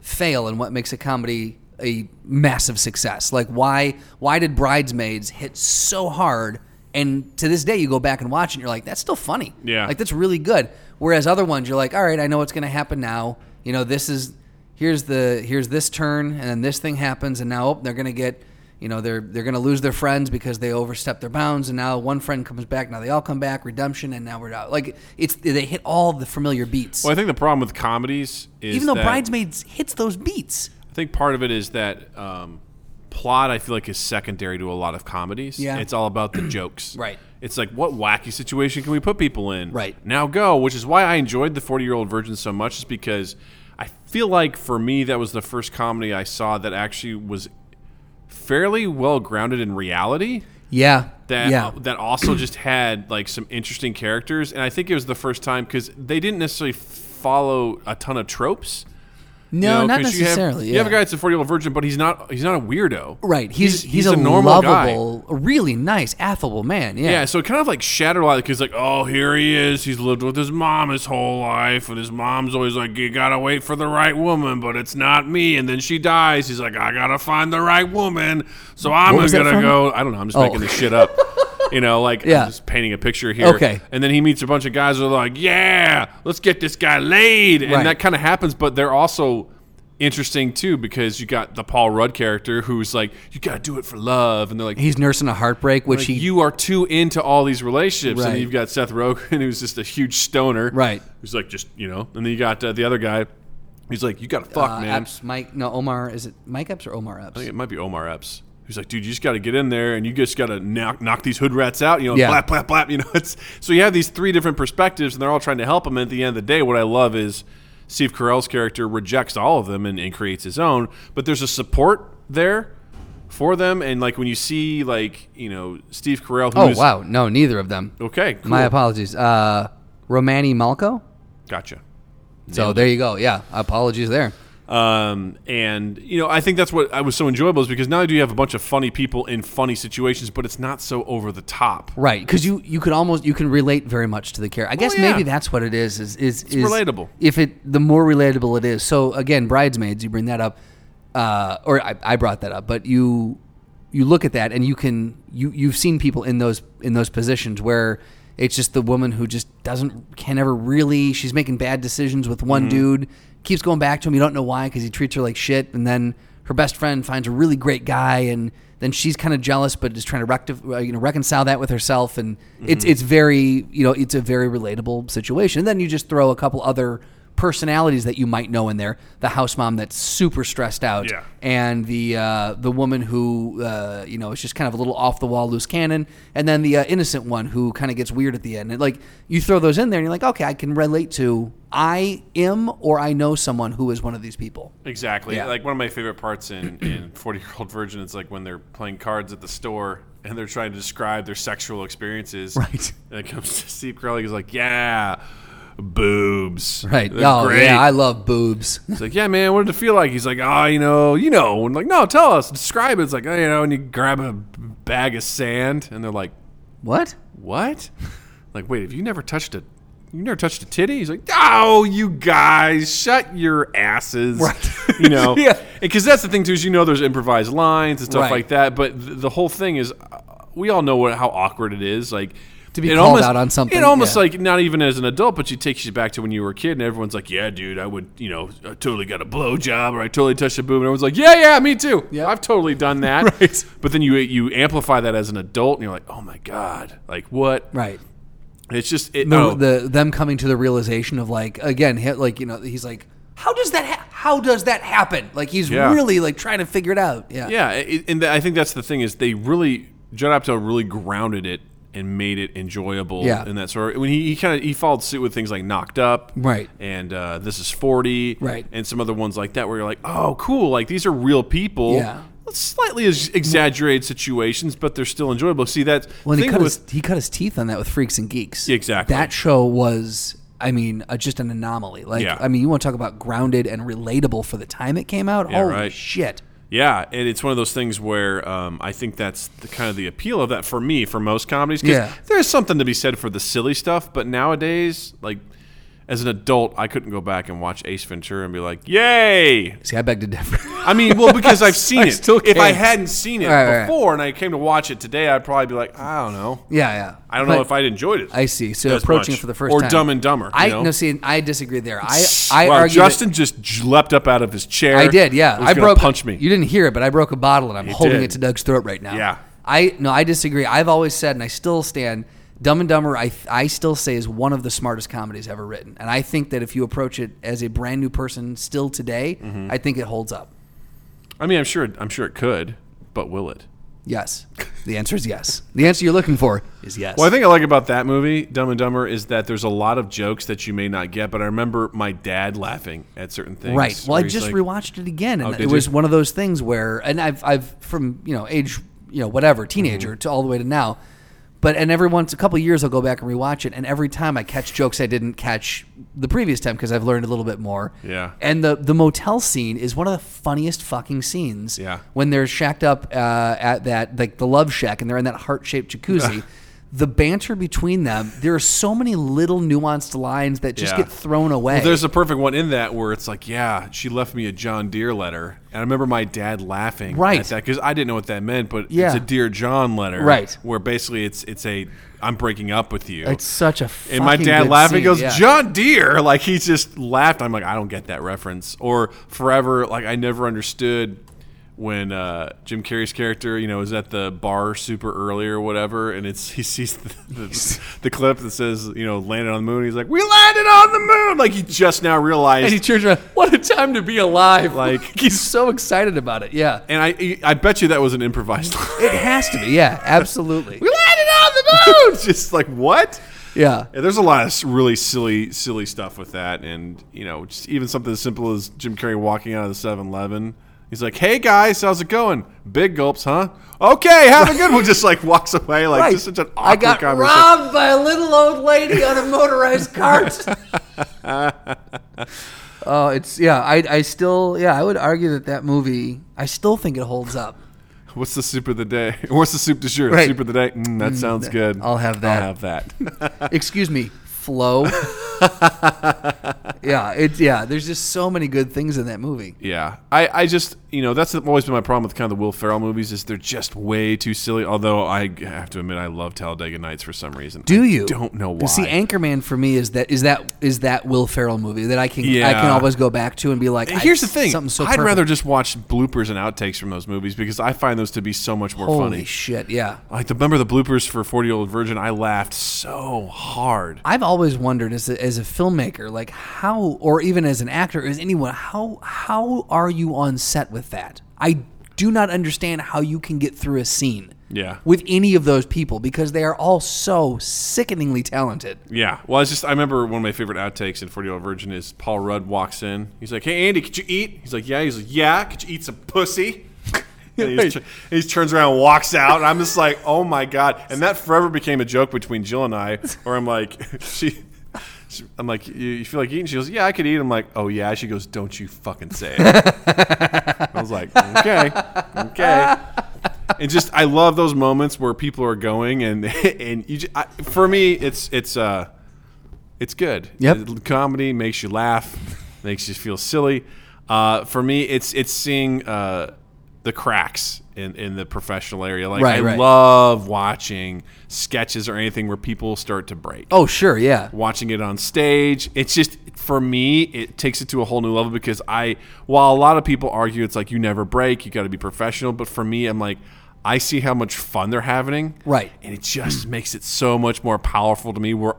Speaker 1: fail, and what makes a comedy a massive success? Like why why did Bridesmaids hit so hard? And to this day, you go back and watch, it, and you're like, that's still funny.
Speaker 2: Yeah.
Speaker 1: like that's really good. Whereas other ones, you're like, all right, I know what's going to happen now. You know, this is here's the here's this turn, and then this thing happens, and now oh, they're going to get you know they're they're going to lose their friends because they overstepped their bounds and now one friend comes back now they all come back redemption and now we're out like it's they hit all the familiar beats
Speaker 2: Well, I think the problem with comedies is
Speaker 1: even though
Speaker 2: that-
Speaker 1: bridesmaids hits those beats
Speaker 2: I think part of it is that um, plot. I feel like is secondary to a lot of comedies.
Speaker 1: Yeah.
Speaker 2: it's all about the jokes.
Speaker 1: Right.
Speaker 2: It's like what wacky situation can we put people in?
Speaker 1: Right.
Speaker 2: now go, which is why I enjoyed the Forty Year Old Virgin so much, is because I feel like for me that was the first comedy I saw that actually was fairly well grounded in reality
Speaker 1: yeah
Speaker 2: that
Speaker 1: yeah
Speaker 2: that also just had like some interesting characters, and I think it was the first time because they didn't necessarily follow a ton of tropes. you
Speaker 1: no
Speaker 2: know,
Speaker 1: not
Speaker 2: 'cause you have-
Speaker 1: necessarily
Speaker 2: You have,
Speaker 1: yeah.
Speaker 2: a guy that's a forty-year-old virgin, but he's not. He's not a weirdo.
Speaker 1: right he's he's, a,
Speaker 2: guy.
Speaker 1: lovable a really nice affable man yeah,
Speaker 2: Yeah, so it kind of like shattered a lot because like, oh, here he is. He's lived with his mom his whole life, and his mom's always like, you gotta wait for the right woman, but it's not me. And then she dies. He's like, I gotta find the right woman, so I'm
Speaker 1: was that
Speaker 2: gonna
Speaker 1: from?
Speaker 2: go. I don't know. I'm just
Speaker 1: Oh.
Speaker 2: making this shit up. You know, like
Speaker 1: Yeah.
Speaker 2: I'm just painting a picture here.
Speaker 1: Okay.
Speaker 2: And then he meets a bunch of guys who are like, yeah, let's get this guy laid, and
Speaker 1: Right.
Speaker 2: that kind of happens. But they're also interesting too because you got the Paul Rudd character who's like, you gotta do it for love, and they're like,
Speaker 1: he's nursing a heartbreak which
Speaker 2: like,
Speaker 1: he
Speaker 2: you are too into all these relationships, and
Speaker 1: Right.
Speaker 2: then you've got Seth Rogen, who's just a huge stoner,
Speaker 1: Right.
Speaker 2: Who's like just you know, and then you got uh, the other guy, he's like, you got to fuck,
Speaker 1: uh,
Speaker 2: man.
Speaker 1: Epps, Mike no Omar is it Mike Epps or Omar Epps
Speaker 2: I think it might be Omar Epps. He's like, dude, you just got to get in there, and you just got to knock, knock these hood rats out, you know,
Speaker 1: Yeah.
Speaker 2: blap, blap, blap. You know, it's so you have these three different perspectives, and they're all trying to help him. And at the end of the day, what I love is Steve Carell's character rejects all of them and, and creates his own, but there's a support there. For them, and like when you see, like you know, Steve Carell.
Speaker 1: oh
Speaker 2: who's-
Speaker 1: wow no neither of them
Speaker 2: Okay, cool.
Speaker 1: my apologies uh Romani Malco
Speaker 2: Gotcha.
Speaker 1: So there you go. Yeah, apologies there.
Speaker 2: Um, and you know, I think that's what I was so enjoyable is because not only do you have a bunch of funny people in funny situations, but it's not so over the top.
Speaker 1: Right, because you you could almost you can relate very much to the character. I guess
Speaker 2: Oh, yeah.
Speaker 1: maybe that's what it is. Is is, is
Speaker 2: relatable.
Speaker 1: If it the more relatable it is. So again, bridesmaids. You bring that up, uh, or I, I brought that up, but you you look at that and you can you you've seen people in those in those positions where it's just the woman who just doesn't can never really she's making bad decisions with one
Speaker 2: Mm-hmm.
Speaker 1: dude keeps going back to him you don't know why because he treats her like shit and then her best friend finds a really great guy and then she's kind of jealous but is trying to rectif- uh, you know reconcile that with herself
Speaker 2: Mm-hmm.
Speaker 1: and it's it's very you know it's a very relatable situation and then you just throw a couple other personalities that you might know in there. The house mom that's super stressed out,
Speaker 2: Yeah.
Speaker 1: and the uh, the woman who uh, you know is just kind of a little off the wall, loose cannon, and then the uh, innocent one who kind of gets weird at the end. And like you throw those in there, and you're like, okay, I can relate to. I am, or I know someone who is one of these people.
Speaker 2: Exactly.
Speaker 1: Yeah.
Speaker 2: Like one of my favorite parts in, in 40 Year Old Virgin is like when they're playing cards at the store and they're trying to describe their sexual experiences.
Speaker 1: Right.
Speaker 2: And it comes to Steve Crowley. He's like, yeah, boobs.
Speaker 1: Right.
Speaker 2: They're
Speaker 1: oh
Speaker 2: great."
Speaker 1: yeah, I love boobs.
Speaker 2: It's like, yeah, man, what did it feel like? He's like, oh, you know, you know. And like, no, tell us, describe it. It's like, oh, you know, and you grab a bag of sand and they're like,
Speaker 1: what?
Speaker 2: what? Like, wait, have you never touched a you never touched a titty? He's like, oh, you guys, shut your asses.
Speaker 1: Right.
Speaker 2: You know,
Speaker 1: Yeah.
Speaker 2: Because that's the thing too is you know there's improvised lines and stuff
Speaker 1: Right.
Speaker 2: like that, but th- the whole thing is uh, we all know what how awkward it is, like. To
Speaker 1: be called out on something,
Speaker 2: it almost
Speaker 1: yeah.
Speaker 2: like not even as an adult, but you takes you back to when you were a kid, and everyone's like, "Yeah, dude, I would, you know, I totally got a blowjob, or I totally touched a boob," and everyone's like, "Yeah, yeah, me too. Yeah, I've totally done that."
Speaker 1: Right.
Speaker 2: But then you you amplify that as an adult, and you're like, "Oh my god, like what?"
Speaker 1: Right.
Speaker 2: It's just it, oh.
Speaker 1: the,
Speaker 2: no,
Speaker 1: the them coming to the realization of like again he- like you know he's like how does that ha- how does that happen like he's
Speaker 2: Yeah.
Speaker 1: really like trying to figure it out yeah
Speaker 2: yeah, it, and I think that's the thing is they really Judd Apatow really grounded it and made it enjoyable.
Speaker 1: Yeah.
Speaker 2: and that sort of when he, he kind of he followed suit with things like Knocked Up,
Speaker 1: Right.
Speaker 2: and uh, This Is Forty,
Speaker 1: Right.
Speaker 2: and some other ones like that where you're like, oh, cool, like these are real people.
Speaker 1: Yeah.
Speaker 2: Slightly ex- exaggerated situations, but they're still enjoyable. See that
Speaker 1: when he
Speaker 2: thing
Speaker 1: cut
Speaker 2: with
Speaker 1: his he cut his teeth on that with freaks and geeks
Speaker 2: Exactly.
Speaker 1: that show was I mean uh, just an anomaly like
Speaker 2: Yeah.
Speaker 1: I mean you want to talk about grounded and relatable for the time it came out holy
Speaker 2: right.
Speaker 1: shit
Speaker 2: Yeah, and it's one of those things where um, I think that's the, kind of the appeal of that for me for most comedies. 'cause
Speaker 1: Yeah.
Speaker 2: there's something to be said for the silly stuff, but nowadays, like as an adult, I couldn't go back and watch Ace Ventura and be like, "Yay!"
Speaker 1: see I beg to differ
Speaker 2: I mean, well, because I've seen
Speaker 1: I
Speaker 2: it.
Speaker 1: still
Speaker 2: If I
Speaker 1: can't.
Speaker 2: hadn't seen it
Speaker 1: Right, right, right.
Speaker 2: before and I came to watch it today, I'd probably be like, "I don't know."
Speaker 1: yeah yeah
Speaker 2: I don't
Speaker 1: But-
Speaker 2: know if I'd enjoyed it.
Speaker 1: I see so
Speaker 2: as
Speaker 1: approaching
Speaker 2: much.
Speaker 1: it for the first
Speaker 2: or
Speaker 1: time
Speaker 2: Dumb and Dumber.
Speaker 1: I
Speaker 2: you know?
Speaker 1: no see I disagree there I I
Speaker 2: wow,
Speaker 1: argue that-
Speaker 2: Justin just j- leapt up out of his chair.
Speaker 1: I did, yeah.
Speaker 2: Was
Speaker 1: I
Speaker 2: gonna
Speaker 1: broke.
Speaker 2: Punch me.
Speaker 1: You didn't hear it, but I broke a bottle and I'm holding
Speaker 2: did.
Speaker 1: it to Doug's throat right now.
Speaker 2: Yeah.
Speaker 1: I no, I disagree. I've always said, and I still stand. Dumb and Dumber, I I still say is one of the smartest comedies ever written, and I think that if you approach it as a brand new person still today,
Speaker 2: Mm-hmm.
Speaker 1: I think it holds up.
Speaker 2: I mean, I'm sure. I'm sure it could, but will it?
Speaker 1: Yes, the answer is yes. The answer you're looking for is yes.
Speaker 2: Well, I think I like about that movie, Dumb and Dumber, is that there's a lot of jokes that you may not get, but I remember my dad laughing at certain things.
Speaker 1: Right. Well,
Speaker 2: where
Speaker 1: I
Speaker 2: he's
Speaker 1: just
Speaker 2: like-
Speaker 1: rewatched it again,
Speaker 2: Oh,
Speaker 1: and
Speaker 2: did
Speaker 1: it was
Speaker 2: you?
Speaker 1: one of those things where, and I've, I've from you know age, you know
Speaker 2: Mm-hmm.
Speaker 1: whatever teenager to all the way to now, but and every once a couple of years I'll go back and rewatch it, and every time I catch jokes I didn't catch the previous time because I've learned a little bit more.
Speaker 2: Yeah.
Speaker 1: And the the motel scene is one of the funniest fucking scenes.
Speaker 2: Yeah.
Speaker 1: When they're shacked up uh, at that like the love shack, and they're in that heart shaped jacuzzi. The banter between them, there are so many little nuanced lines that just
Speaker 2: Yeah.
Speaker 1: get thrown away.
Speaker 2: Well, there's a perfect one in that where it's like, yeah, she left me a John Deere letter, and I remember my dad laughing
Speaker 1: Right.
Speaker 2: at that because I didn't know what that meant, but
Speaker 1: Yeah.
Speaker 2: it's a Dear John letter,
Speaker 1: Right.
Speaker 2: Where basically it's it's a I'm breaking up with you.
Speaker 1: It's such a fucking
Speaker 2: and my dad
Speaker 1: good
Speaker 2: laughing
Speaker 1: scene,
Speaker 2: goes
Speaker 1: yeah.
Speaker 2: John Deere, like he just laughed. I'm like, I don't get that reference. Or forever, like I never understood when uh, Jim Carrey's character, you know, is at the bar super early or whatever, and it's he sees the, the, the clip that says, you know, landed on the moon. He's like, we landed on the moon. Like he just now realized.
Speaker 1: And he
Speaker 2: And,
Speaker 1: turns around. What a time to be alive!
Speaker 2: Like-
Speaker 1: he's so excited about it. Yeah,
Speaker 2: I, I bet you that was an improvised. line.
Speaker 1: it has to be. Yeah, absolutely.
Speaker 2: we landed on the moon. just like what?
Speaker 1: Yeah,
Speaker 2: Yeah, there's a lot of s- really silly, silly stuff with that, and you know, just even something as simple as Jim Carrey walking out of the 7-Eleven. He's like, "Hey guys, how's it going? Big gulps, huh? Okay, have a good one." Just like walks away, like just such an awkward
Speaker 1: I got
Speaker 2: conversation.
Speaker 1: robbed by a little old lady on a motorized cart. Oh, it's yeah. I I still yeah. I would argue that that movie. I still think it holds up.
Speaker 2: What's the soup of the day? What's the soup du jour?
Speaker 1: Right.
Speaker 2: Soup of the day. Mm, that sounds good.
Speaker 1: I'll have that.
Speaker 2: I'll have that.
Speaker 1: Excuse me, flow. yeah, it's yeah. There's just so many good things in that movie.
Speaker 2: Yeah, I, I just you know that's always been my problem with kind of the Will Ferrell movies is they're just way too silly. Although I have to admit I love Talladega Nights for some reason.
Speaker 1: Do
Speaker 2: I
Speaker 1: you?
Speaker 2: don't know why.
Speaker 1: But See, Anchorman for me is that is that is that Will Ferrell movie that I can I can
Speaker 2: Yeah.
Speaker 1: always go back to and be like,
Speaker 2: And
Speaker 1: I-
Speaker 2: here's the thing.
Speaker 1: something so
Speaker 2: I'd
Speaker 1: perfect.
Speaker 2: rather just watch bloopers and outtakes from those movies because I find those to be so much more
Speaker 1: holy
Speaker 2: funny.
Speaker 1: shit, yeah.
Speaker 2: like the remember the bloopers for Forty Year Old Virgin, I laughed so hard.
Speaker 1: I've always wondered as a, as a filmmaker, like how how, or even as an actor, as anyone, how how are you on set with that? I do not understand how you can get through a scene
Speaker 2: Yeah.
Speaker 1: with any of those people because they are all so sickeningly talented.
Speaker 2: Yeah. Well, it's just I remember one of my favorite outtakes in Forty Year Old Virgin is Paul Rudd walks in. He's like, "Hey Andy, could you eat?" He's like, "Yeah." He's like, "Yeah." Could you eat some pussy? And he, just, he just turns around and walks out, and I'm just like, "Oh my god!" And that forever became a joke between Jill and I, where I'm like, "She." she- I'm like, you, you feel like eating? She goes, yeah, I could eat. I'm like, oh yeah. She goes, don't you fucking say it. I was like, okay, okay and just I love those moments where people are going and and you just, I, for me it's it's uh it's good.
Speaker 1: Yep.
Speaker 2: It- comedy makes you laugh, makes you feel silly. Uh, for me, it's it's seeing uh, the cracks in, in the professional area. Like
Speaker 1: Right,
Speaker 2: I
Speaker 1: right.
Speaker 2: love watching sketches or anything where people start to break
Speaker 1: Oh sure, yeah.
Speaker 2: watching it on stage. It's just for me, it takes it to a whole new level because I while a lot of people argue it's like you never break, you got to be professional, but for me I'm like I see how much fun they're having.
Speaker 1: Right.
Speaker 2: And it just makes it so much more powerful to me where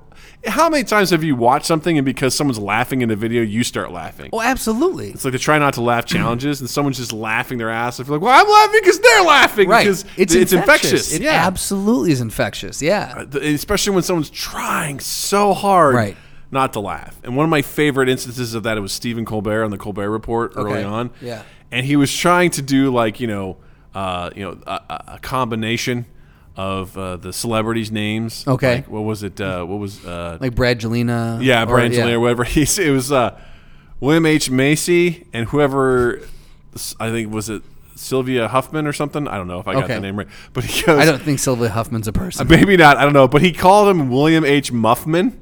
Speaker 2: how many times have you watched something and because someone's laughing in a video, you start laughing?
Speaker 1: Oh, absolutely.
Speaker 2: It's like the try not to laugh challenges, and someone's just laughing their ass off. You're like, well, I'm laughing because they're laughing.
Speaker 1: Right.
Speaker 2: Because it's, it's infectious.
Speaker 1: It
Speaker 2: yeah.
Speaker 1: absolutely is infectious. Yeah.
Speaker 2: Th- especially when someone's trying so hard
Speaker 1: Right.
Speaker 2: not to laugh. And one of my favorite instances of that it was Stephen Colbert on the Colbert Report early
Speaker 1: Okay.
Speaker 2: on.
Speaker 1: Yeah.
Speaker 2: and he was trying to do like you know, uh, you know, a- a, a combination of uh, the celebrities' names.
Speaker 1: Okay.
Speaker 2: Like, what was it? Uh, what was uh,
Speaker 1: Like Brad Jelena.
Speaker 2: yeah,
Speaker 1: or-
Speaker 2: Brian Jelena or whatever. He's, it was uh, William H. Macy and whoever, I think, was it Sylvia Huffman or something? I don't know if I got
Speaker 1: Okay.
Speaker 2: the name right. But he goes,
Speaker 1: I don't think Sylvia Huffman's a person.
Speaker 2: Maybe not. I don't know. But he called him William H. Muffman,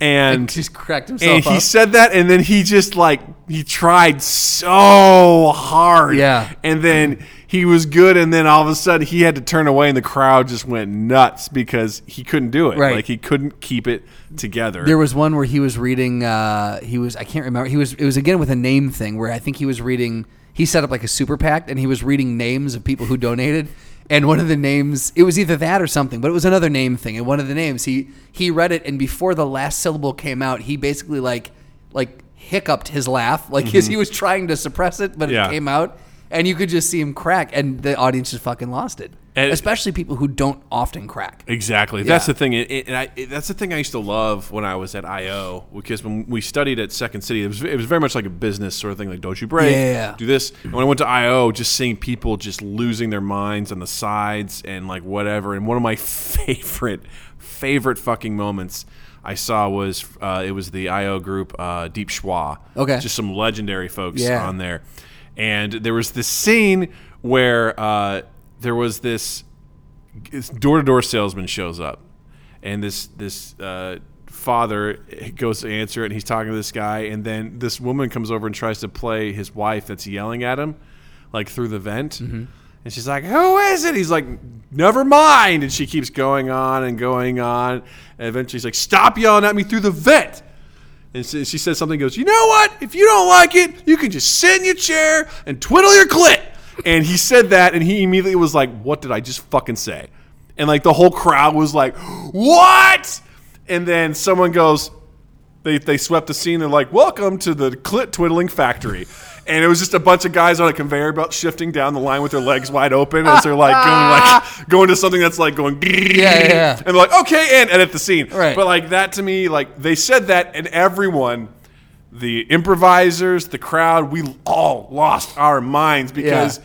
Speaker 2: and
Speaker 1: He's cracked himself
Speaker 2: and he
Speaker 1: up.
Speaker 2: said that, and then he just like he tried so hard.
Speaker 1: Yeah.
Speaker 2: And then he was good, and then all of a sudden he had to turn away, and the crowd just went nuts because he couldn't do it.
Speaker 1: Right.
Speaker 2: Like he couldn't keep it together.
Speaker 1: There was one where he was reading. Uh, he was I can't remember. He was it was again with a name thing where I think he was reading. He set up like a super pact and he was reading names of people who donated. And one of the names, it was either that or something, but it was another name thing. And one of the names, he he read it, and before the last syllable came out, he basically like like hiccuped his laugh, like his, he was trying to suppress it, but
Speaker 2: Mm-hmm. Yeah.
Speaker 1: it came out, and you could just see him crack, and the audience just fucking lost it.
Speaker 2: And-
Speaker 1: Especially people who don't often crack.
Speaker 2: Exactly. That's
Speaker 1: Yeah.
Speaker 2: the thing. It, it, and I, it- that's the thing I used to love when I was at IO because when we studied at Second City, it was, it was very much like a business sort of thing. Like, don't you break?
Speaker 1: Yeah.
Speaker 2: Do this. And when I went to IO, just seeing people just losing their minds on the sides and like whatever. And one of my favorite, favorite fucking moments I saw was uh, it was the IO group uh, Deep Schwa.
Speaker 1: Okay.
Speaker 2: Just some legendary folks
Speaker 1: Yeah.
Speaker 2: on there. And there was this scene where uh, there was this door to door salesman shows up, and this this uh, father goes to answer it, and he's talking to this guy, and then this woman comes over and tries to play his wife that's yelling at him, like through the vent. And she's like, "Who is it?" He's like, "Never mind." And she keeps going on and going on, and eventually she's like, "Stop yelling at me through the vent." And she, she says something, goes, You know what? If you don't like it, you can just sit in your chair and twiddle your clit. And he said that, and he immediately was like, What did I just fucking say? And like the whole crowd was like, What? And then someone goes, they, they swept the scene. They're like, "Welcome to the clit twiddling factory," and it was just a bunch of guys on a conveyor belt shifting down the line with their legs wide open as they're like going like going to something that's like going
Speaker 1: yeah, yeah.
Speaker 2: and they're like, "Okay," and edit the scene.
Speaker 1: Right.
Speaker 2: But like that to me, like they said that, and everyone, the improvisers, the crowd, we all lost our minds because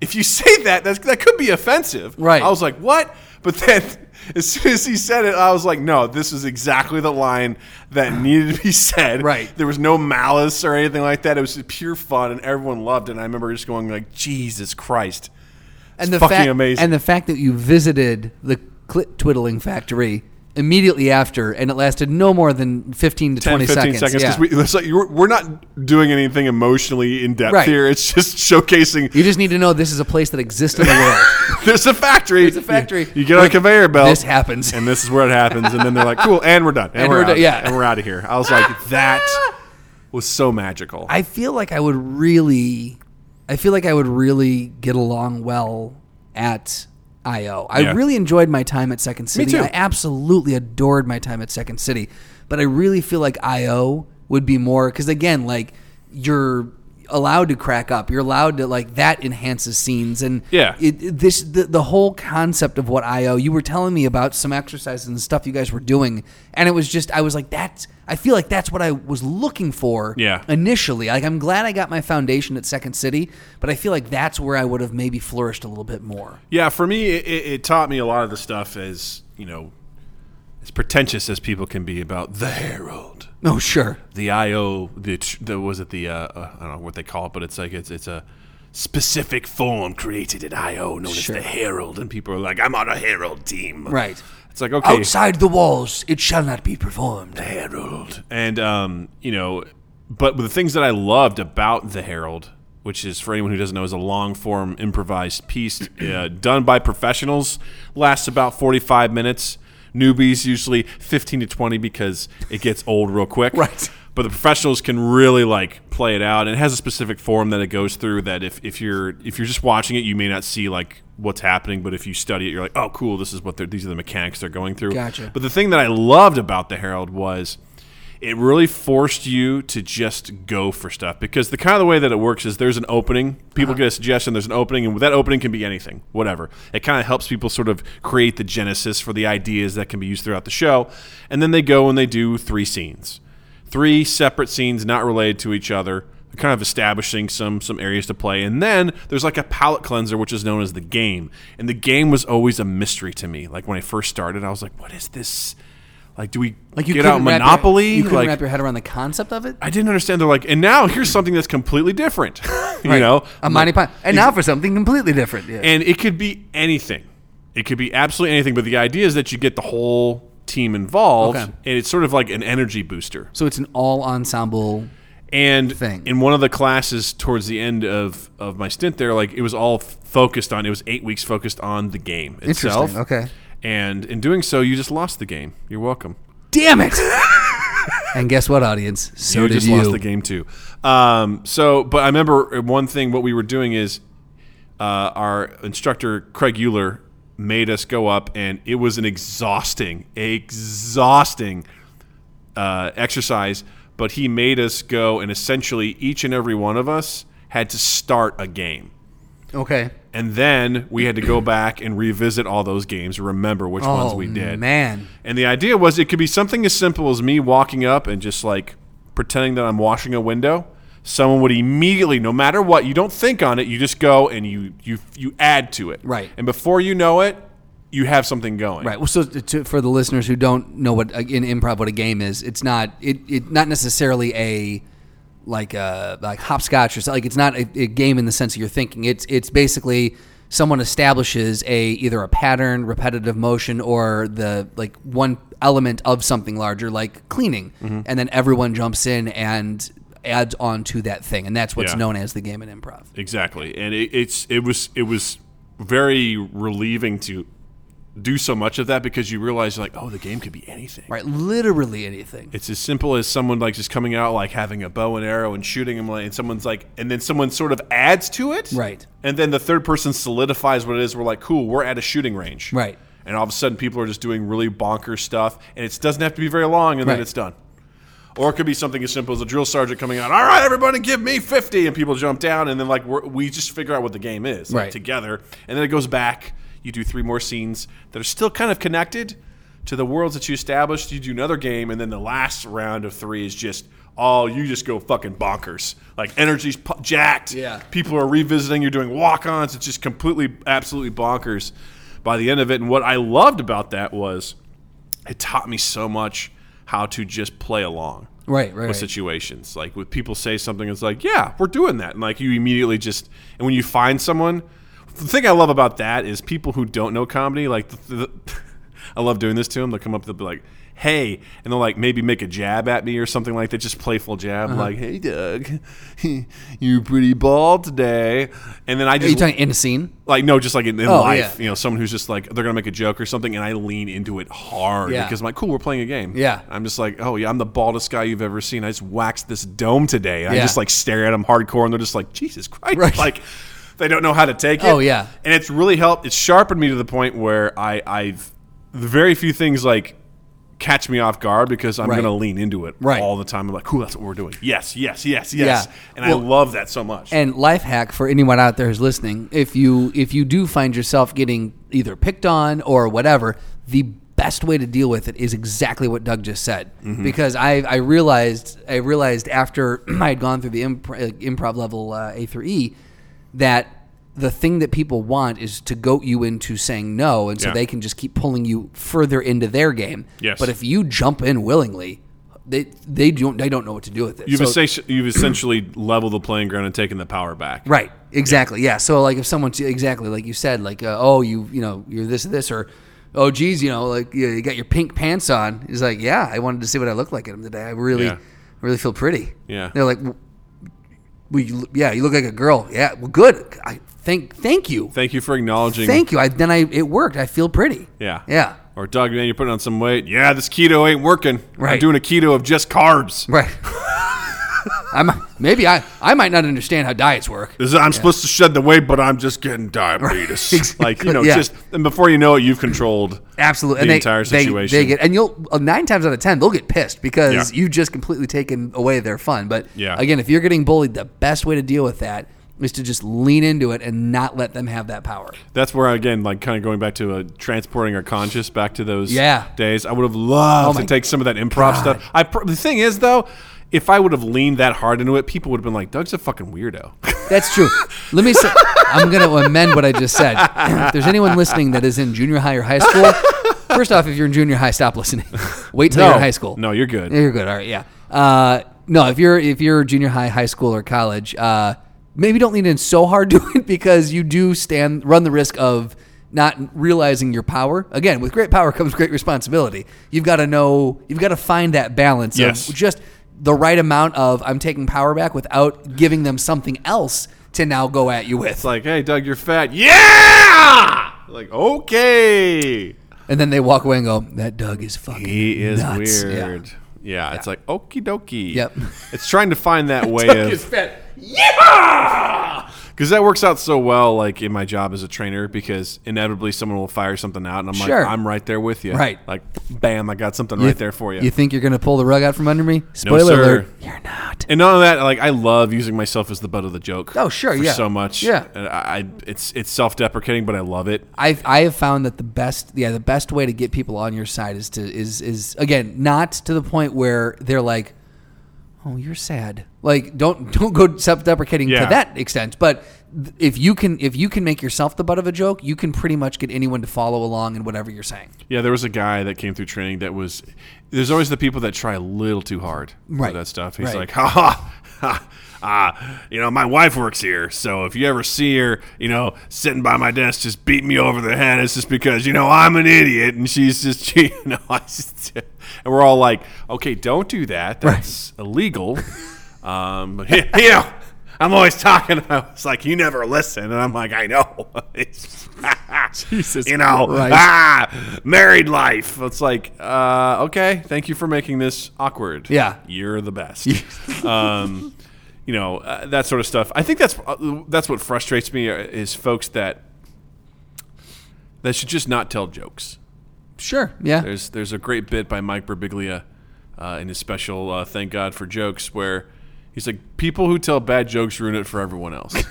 Speaker 2: if you say that, that's, that could be offensive.
Speaker 1: Right.
Speaker 2: I was like, what? But then as soon as he said it, I was like, no, this is exactly the line that needed to be said.
Speaker 1: Right.
Speaker 2: There was no malice or anything like that. It was just pure fun, and everyone loved it. And I remember just going like, Jesus Christ.
Speaker 1: and the
Speaker 2: fucking
Speaker 1: fact,
Speaker 2: amazing.
Speaker 1: And the fact that you visited the clit twiddling factory immediately after, and it lasted no more than fifteen to
Speaker 2: 10,
Speaker 1: twenty
Speaker 2: 15 seconds.
Speaker 1: seconds. yeah.
Speaker 2: Because we, it's like, you're- we're not doing anything emotionally in depth
Speaker 1: Right.
Speaker 2: here. It's just showcasing
Speaker 1: you just need to know this is a place that exists in the world.
Speaker 2: there's a factory. There's
Speaker 1: a factory.
Speaker 2: You, get on a
Speaker 1: Look,
Speaker 2: conveyor belt.
Speaker 1: this happens.
Speaker 2: And this is where it happens. And then they're like, cool, and we're done. And, we're,
Speaker 1: we're
Speaker 2: out.
Speaker 1: done, yeah.
Speaker 2: And we're out of here. I was like, that was so magical.
Speaker 1: I feel like I would really, I feel like I would really get along well at IO. I
Speaker 2: Yeah.
Speaker 1: really enjoyed my time at Second City.
Speaker 2: too.
Speaker 1: I absolutely adored my time at Second City, but I really feel like IO would be more cuz again, like you're allowed to crack up. You're allowed to like that enhances scenes and
Speaker 2: Yeah.
Speaker 1: it, it- this the, the whole concept of what IO you were telling me about some exercises and stuff you guys were doing and it was just I was like that's I feel like that's what I was looking for
Speaker 2: Yeah.
Speaker 1: initially. Like I'm glad I got my foundation at Second City, but I feel like that's where I would have maybe flourished a little bit more.
Speaker 2: Yeah, for me, it, it, it taught me a lot of the stuff as you know, as pretentious as people can be about the Herald,
Speaker 1: Oh sure.
Speaker 2: the IO, the, tr- the was it the uh, uh, I don't know what they call it, but it's like it's it's a specific form created at IO known
Speaker 1: Sure.
Speaker 2: as the Herald, and people are like, I'm on a Herald team,
Speaker 1: Right.
Speaker 2: It's like okay,
Speaker 1: Outside the walls, it shall not be performed.
Speaker 2: the Herald. And um, you know, but the things that I loved about the Herald, which is for anyone who doesn't know, is a long form improvised piece uh, done by professionals, lasts about forty five minutes. Newbies usually fifteen to twenty because it gets old real quick.
Speaker 1: Right.
Speaker 2: But the professionals can really like play it out, and it has a specific form that it goes through. That if, if you're if you're just watching it, you may not see like what's happening, but if you study it, you're like, oh, cool, this is what they're these are the mechanics they're going through.
Speaker 1: Gotcha.
Speaker 2: But the thing that I loved about the Herald was it really forced you to just go for stuff because the kind of the way that it works is there's an opening. People get a suggestion. There's an opening, and that opening can be anything, whatever. It kind of helps people sort of create the genesis for the ideas that can be used throughout the show, and then they go and they do three scenes, three separate scenes not related to each other. Kind of establishing some some areas to play, and then there's like a palette cleanser, which is known as the game. And the game was always a mystery to me. Like when I first started, I was like, "What is this? Like, do we
Speaker 1: Like you
Speaker 2: get out
Speaker 1: couldn't wrap your-
Speaker 2: Monopoly?
Speaker 1: you couldn't
Speaker 2: like,
Speaker 1: wrap your head around the concept of it.
Speaker 2: I didn't understand. They're like, and now here's something that's completely different. you
Speaker 1: Right.
Speaker 2: know,
Speaker 1: a Monty Python, and now for something completely different. Yeah.
Speaker 2: and it could be anything. It could be absolutely anything. But the idea is that you get the whole team involved,
Speaker 1: Okay.
Speaker 2: and it's sort of like an energy booster.
Speaker 1: so it's an all ensemble.
Speaker 2: And
Speaker 1: Thing.
Speaker 2: in one of the classes towards the end of of my stint there, like it was all f- focused on. It was eight weeks focused on the game itself.
Speaker 1: Interesting. Okay.
Speaker 2: And in doing so, you just lost the game. You're welcome.
Speaker 1: Damn it! and guess what, audience? So
Speaker 2: you
Speaker 1: did
Speaker 2: just
Speaker 1: you.
Speaker 2: lost the game too. Um, so, but I remember one thing. What we were doing is uh, our instructor Craig Euler made us go up, and it was an exhausting, exhausting uh, exercise. But he made us go, and essentially each and every one of us had to start a game.
Speaker 1: Okay.
Speaker 2: And then we had to go back and revisit all those games, remember which ones
Speaker 1: oh
Speaker 2: we did.
Speaker 1: man.
Speaker 2: And the idea was it could be something as simple as me walking up and just like pretending that I'm washing a window. Someone would immediately, no matter what, you don't think on it, you just go and you you you add to it.
Speaker 1: Right.
Speaker 2: And before you know it, you have something going.
Speaker 1: Right. Well, so to, for the listeners who don't know what uh, in improv what a game is, it's not it, it not necessarily a like a like hopscotch or something. Like it's not a, a game in the sense that you're thinking. It's it's basically someone establishes a either a pattern, repetitive motion, or the like one element of something larger, like cleaning,
Speaker 2: Mm-hmm.
Speaker 1: and then everyone jumps in and adds on to that thing, and that's what's
Speaker 2: Yeah.
Speaker 1: known as the game in improv.
Speaker 2: Exactly. And it, it's it was it was very relieving to do so much of that because you realize like, oh, the game could be anything.
Speaker 1: Right. Literally anything.
Speaker 2: It's as simple as someone like just coming out like having a bow and arrow and shooting them, like, and someone's like, and then someone sort of adds to it,
Speaker 1: Right.
Speaker 2: And then the third person solidifies what it is. We're like, cool, we're at a shooting range,
Speaker 1: Right.
Speaker 2: And all of a sudden, people are just doing really bonkers stuff, and it doesn't have to be very long, and
Speaker 1: Right.
Speaker 2: then it's done. Or it could be something as simple as a drill sergeant coming out, all right, everybody, give me fifty, and people jump down, and then like we're, we just figure out what the game is like,
Speaker 1: Right.
Speaker 2: together, and then it goes back. You do three more scenes that are still kind of connected to the worlds that you established. You do another game, and then the last round of three is just all you just go fucking bonkers. Like energy's pu- jacked.
Speaker 1: Yeah.
Speaker 2: people are revisiting. You're doing walk-ons. It's just completely, absolutely bonkers by the end of it. And what I loved about that was it taught me so much how to just play along
Speaker 1: Right. Right.
Speaker 2: with
Speaker 1: right.
Speaker 2: situations. Like when people say something, it's like, yeah, we're doing that, and like you immediately just and when you find someone, the thing I love about that is people who don't know comedy. Like the, the, I love doing this to them. They'll come up, they'll be like, hey, and they'll like maybe make a jab at me or something like that, just playful jab,
Speaker 1: Uh-huh.
Speaker 2: like, hey, Doug, you're pretty bald today, and then I
Speaker 1: Are you
Speaker 2: just
Speaker 1: talking in a scene?
Speaker 2: like no, just like in, in
Speaker 1: Oh,
Speaker 2: life,
Speaker 1: yeah.
Speaker 2: you know, someone who's just like they're gonna make a joke or something, and I lean into it hard
Speaker 1: Yeah.
Speaker 2: because I'm like, cool, we're playing a game.
Speaker 1: Yeah.
Speaker 2: I'm just like, oh yeah, I'm the baldest guy you've ever seen. I just waxed this dome today. And
Speaker 1: Yeah.
Speaker 2: I just like stare at him hardcore, and they're just like, Jesus Christ,
Speaker 1: Right.
Speaker 2: like they don't know how to take it.
Speaker 1: Oh, yeah.
Speaker 2: and it's really helped. It's sharpened me to the point where I I've the very few things like catch me off guard because I'm
Speaker 1: Right.
Speaker 2: going to lean into it
Speaker 1: Right.
Speaker 2: all the time. I'm like, cool, that's what we're doing. Yes, yes, yes, yes.
Speaker 1: Yeah.
Speaker 2: And
Speaker 1: Well-
Speaker 2: I love that so much.
Speaker 1: And life hack for anyone out there who's listening: if you if you do find yourself getting either picked on or whatever, the best way to deal with it is exactly what Doug just said.
Speaker 2: Mm-hmm.
Speaker 1: Because I I realized I realized after I had gone through the improv, improv level uh, A through E that the thing that people want is to goat you into saying no, and so
Speaker 2: Yeah.
Speaker 1: they can just keep pulling you further into their game.
Speaker 2: Yes.
Speaker 1: But if you jump in willingly. They, they don't they don't know what to do with it.
Speaker 2: You've,
Speaker 1: So-
Speaker 2: essentially, you've essentially leveled the playing ground and taken the power back.
Speaker 1: Right. Exactly. Yeah. So like if someone exactly like you said like uh, oh you you know you're this this or oh geez you know like you, you got your pink pants on he's like yeah I wanted to see what I look like in them today I really
Speaker 2: Yeah.
Speaker 1: really feel pretty
Speaker 2: Yeah.
Speaker 1: they're like well you, yeah you look like a girl yeah well good I thank thank you
Speaker 2: Thank you for acknowledging.
Speaker 1: thank you I then I it worked I feel pretty
Speaker 2: Yeah.
Speaker 1: yeah
Speaker 2: Or Doug, man, you're putting on some weight. Yeah, this keto ain't working. I'm
Speaker 1: Right.
Speaker 2: doing a keto of just carbs.
Speaker 1: right I might, maybe I I might not understand how diets work
Speaker 2: This is- I'm supposed to shed the weight, but I'm just getting diabetes.
Speaker 1: Exactly,
Speaker 2: Like you know,
Speaker 1: yeah.
Speaker 2: just and before you know it, you've controlled
Speaker 1: Absolutely,
Speaker 2: the
Speaker 1: and they,
Speaker 2: entire
Speaker 1: they-
Speaker 2: situation.
Speaker 1: They, get, and you'll uh, nine times out of ten they'll get pissed because
Speaker 2: Yeah.
Speaker 1: you've just completely taken away their fun. But
Speaker 2: Yeah.
Speaker 1: again, if you're getting bullied, the best way to deal with that is to just lean into it and not let them have that power.
Speaker 2: That's where again, like kind of going back to uh, transporting our conscious back to those
Speaker 1: Yeah.
Speaker 2: days. I would have loved
Speaker 1: Oh my
Speaker 2: to take some of that improv stuff. I pr- the thing is though, if I would have leaned that hard into it, people would have been like, "Doug's a fucking weirdo."
Speaker 1: That's true. Let me say, I'm going to amend what I just said. if there's anyone listening that is in junior high or high school, first off, if you're in junior high, stop listening. Wait till you're in high school.
Speaker 2: No, you're good.
Speaker 1: Yeah, You're good. All right. Yeah. Uh, no, if you're if you're junior high, high school, or college, uh, maybe don't lean in so hard to it because you do stand run the risk of not realizing your power. Again, with great power comes great responsibility. You've got to know. You've got to find that balance
Speaker 2: Yes.
Speaker 1: of just the right amount of I'm taking power back without giving them something else to now go at you with.
Speaker 2: It's like, "Hey, Doug, you're fat." Yeah. Like, okay.
Speaker 1: And then they walk away and go, "That Doug is fucking
Speaker 2: He is
Speaker 1: nuts." Yeah.
Speaker 2: weird. Yeah. it's like okie dokie.
Speaker 1: Yep.
Speaker 2: It's trying to find that way of because that works out so well. Like in my job as a trainer, because inevitably someone will fire something out, and I'm
Speaker 1: Sure.
Speaker 2: like, I'm right there with you.
Speaker 1: Right.
Speaker 2: Like, bam, I got something right there for you.
Speaker 1: You think you're gonna pull the rug out from under me?
Speaker 2: No,
Speaker 1: Spoiler
Speaker 2: sir.
Speaker 1: alert. You're not.
Speaker 2: and none of that. Like, I love using myself as the butt of the joke.
Speaker 1: Oh, sure,
Speaker 2: for
Speaker 1: yeah.
Speaker 2: So much.
Speaker 1: Yeah.
Speaker 2: And I, I it's it's self deprecating, but I love it.
Speaker 1: I've I have found that the best yeah the best way to get people on your side is to is is again not to the point where they're like, oh you're sad like don't don't go self deprecating
Speaker 2: Yeah.
Speaker 1: to that extent, but th- if you can if you can make yourself the butt of a joke, you can pretty much get anyone to follow along in whatever you're saying.
Speaker 2: Yeah, there was a guy that came through training that was. There's always the people that try a little too hard
Speaker 1: Right.
Speaker 2: for that stuff. He's
Speaker 1: Right.
Speaker 2: like, ha ha. ha, Ah, you know, my wife works here, so if you ever see her, you know, sitting by my desk just beating me over the head, it's just because you know I'm an idiot, and she's just, she, you know, I just, and we're all like, okay, don't do that. That's illegal. Um, but yeah, yeah, I'm always talking. about It's like you never listen, and I'm like, I know. Jesus, you know,
Speaker 1: Christ.
Speaker 2: ah, married life. It's like, uh, okay, thank you for making this awkward.
Speaker 1: Yeah.
Speaker 2: you're the best. um, you know uh, that sort of stuff. I think that's uh, that's what frustrates me uh, is folks that that should just not tell jokes.
Speaker 1: Sure. Yeah.
Speaker 2: There's there's a great bit by Mike Birbiglia uh, in his special uh, "Thank God for Jokes" where he's like, "People who tell bad jokes ruin it for everyone else." and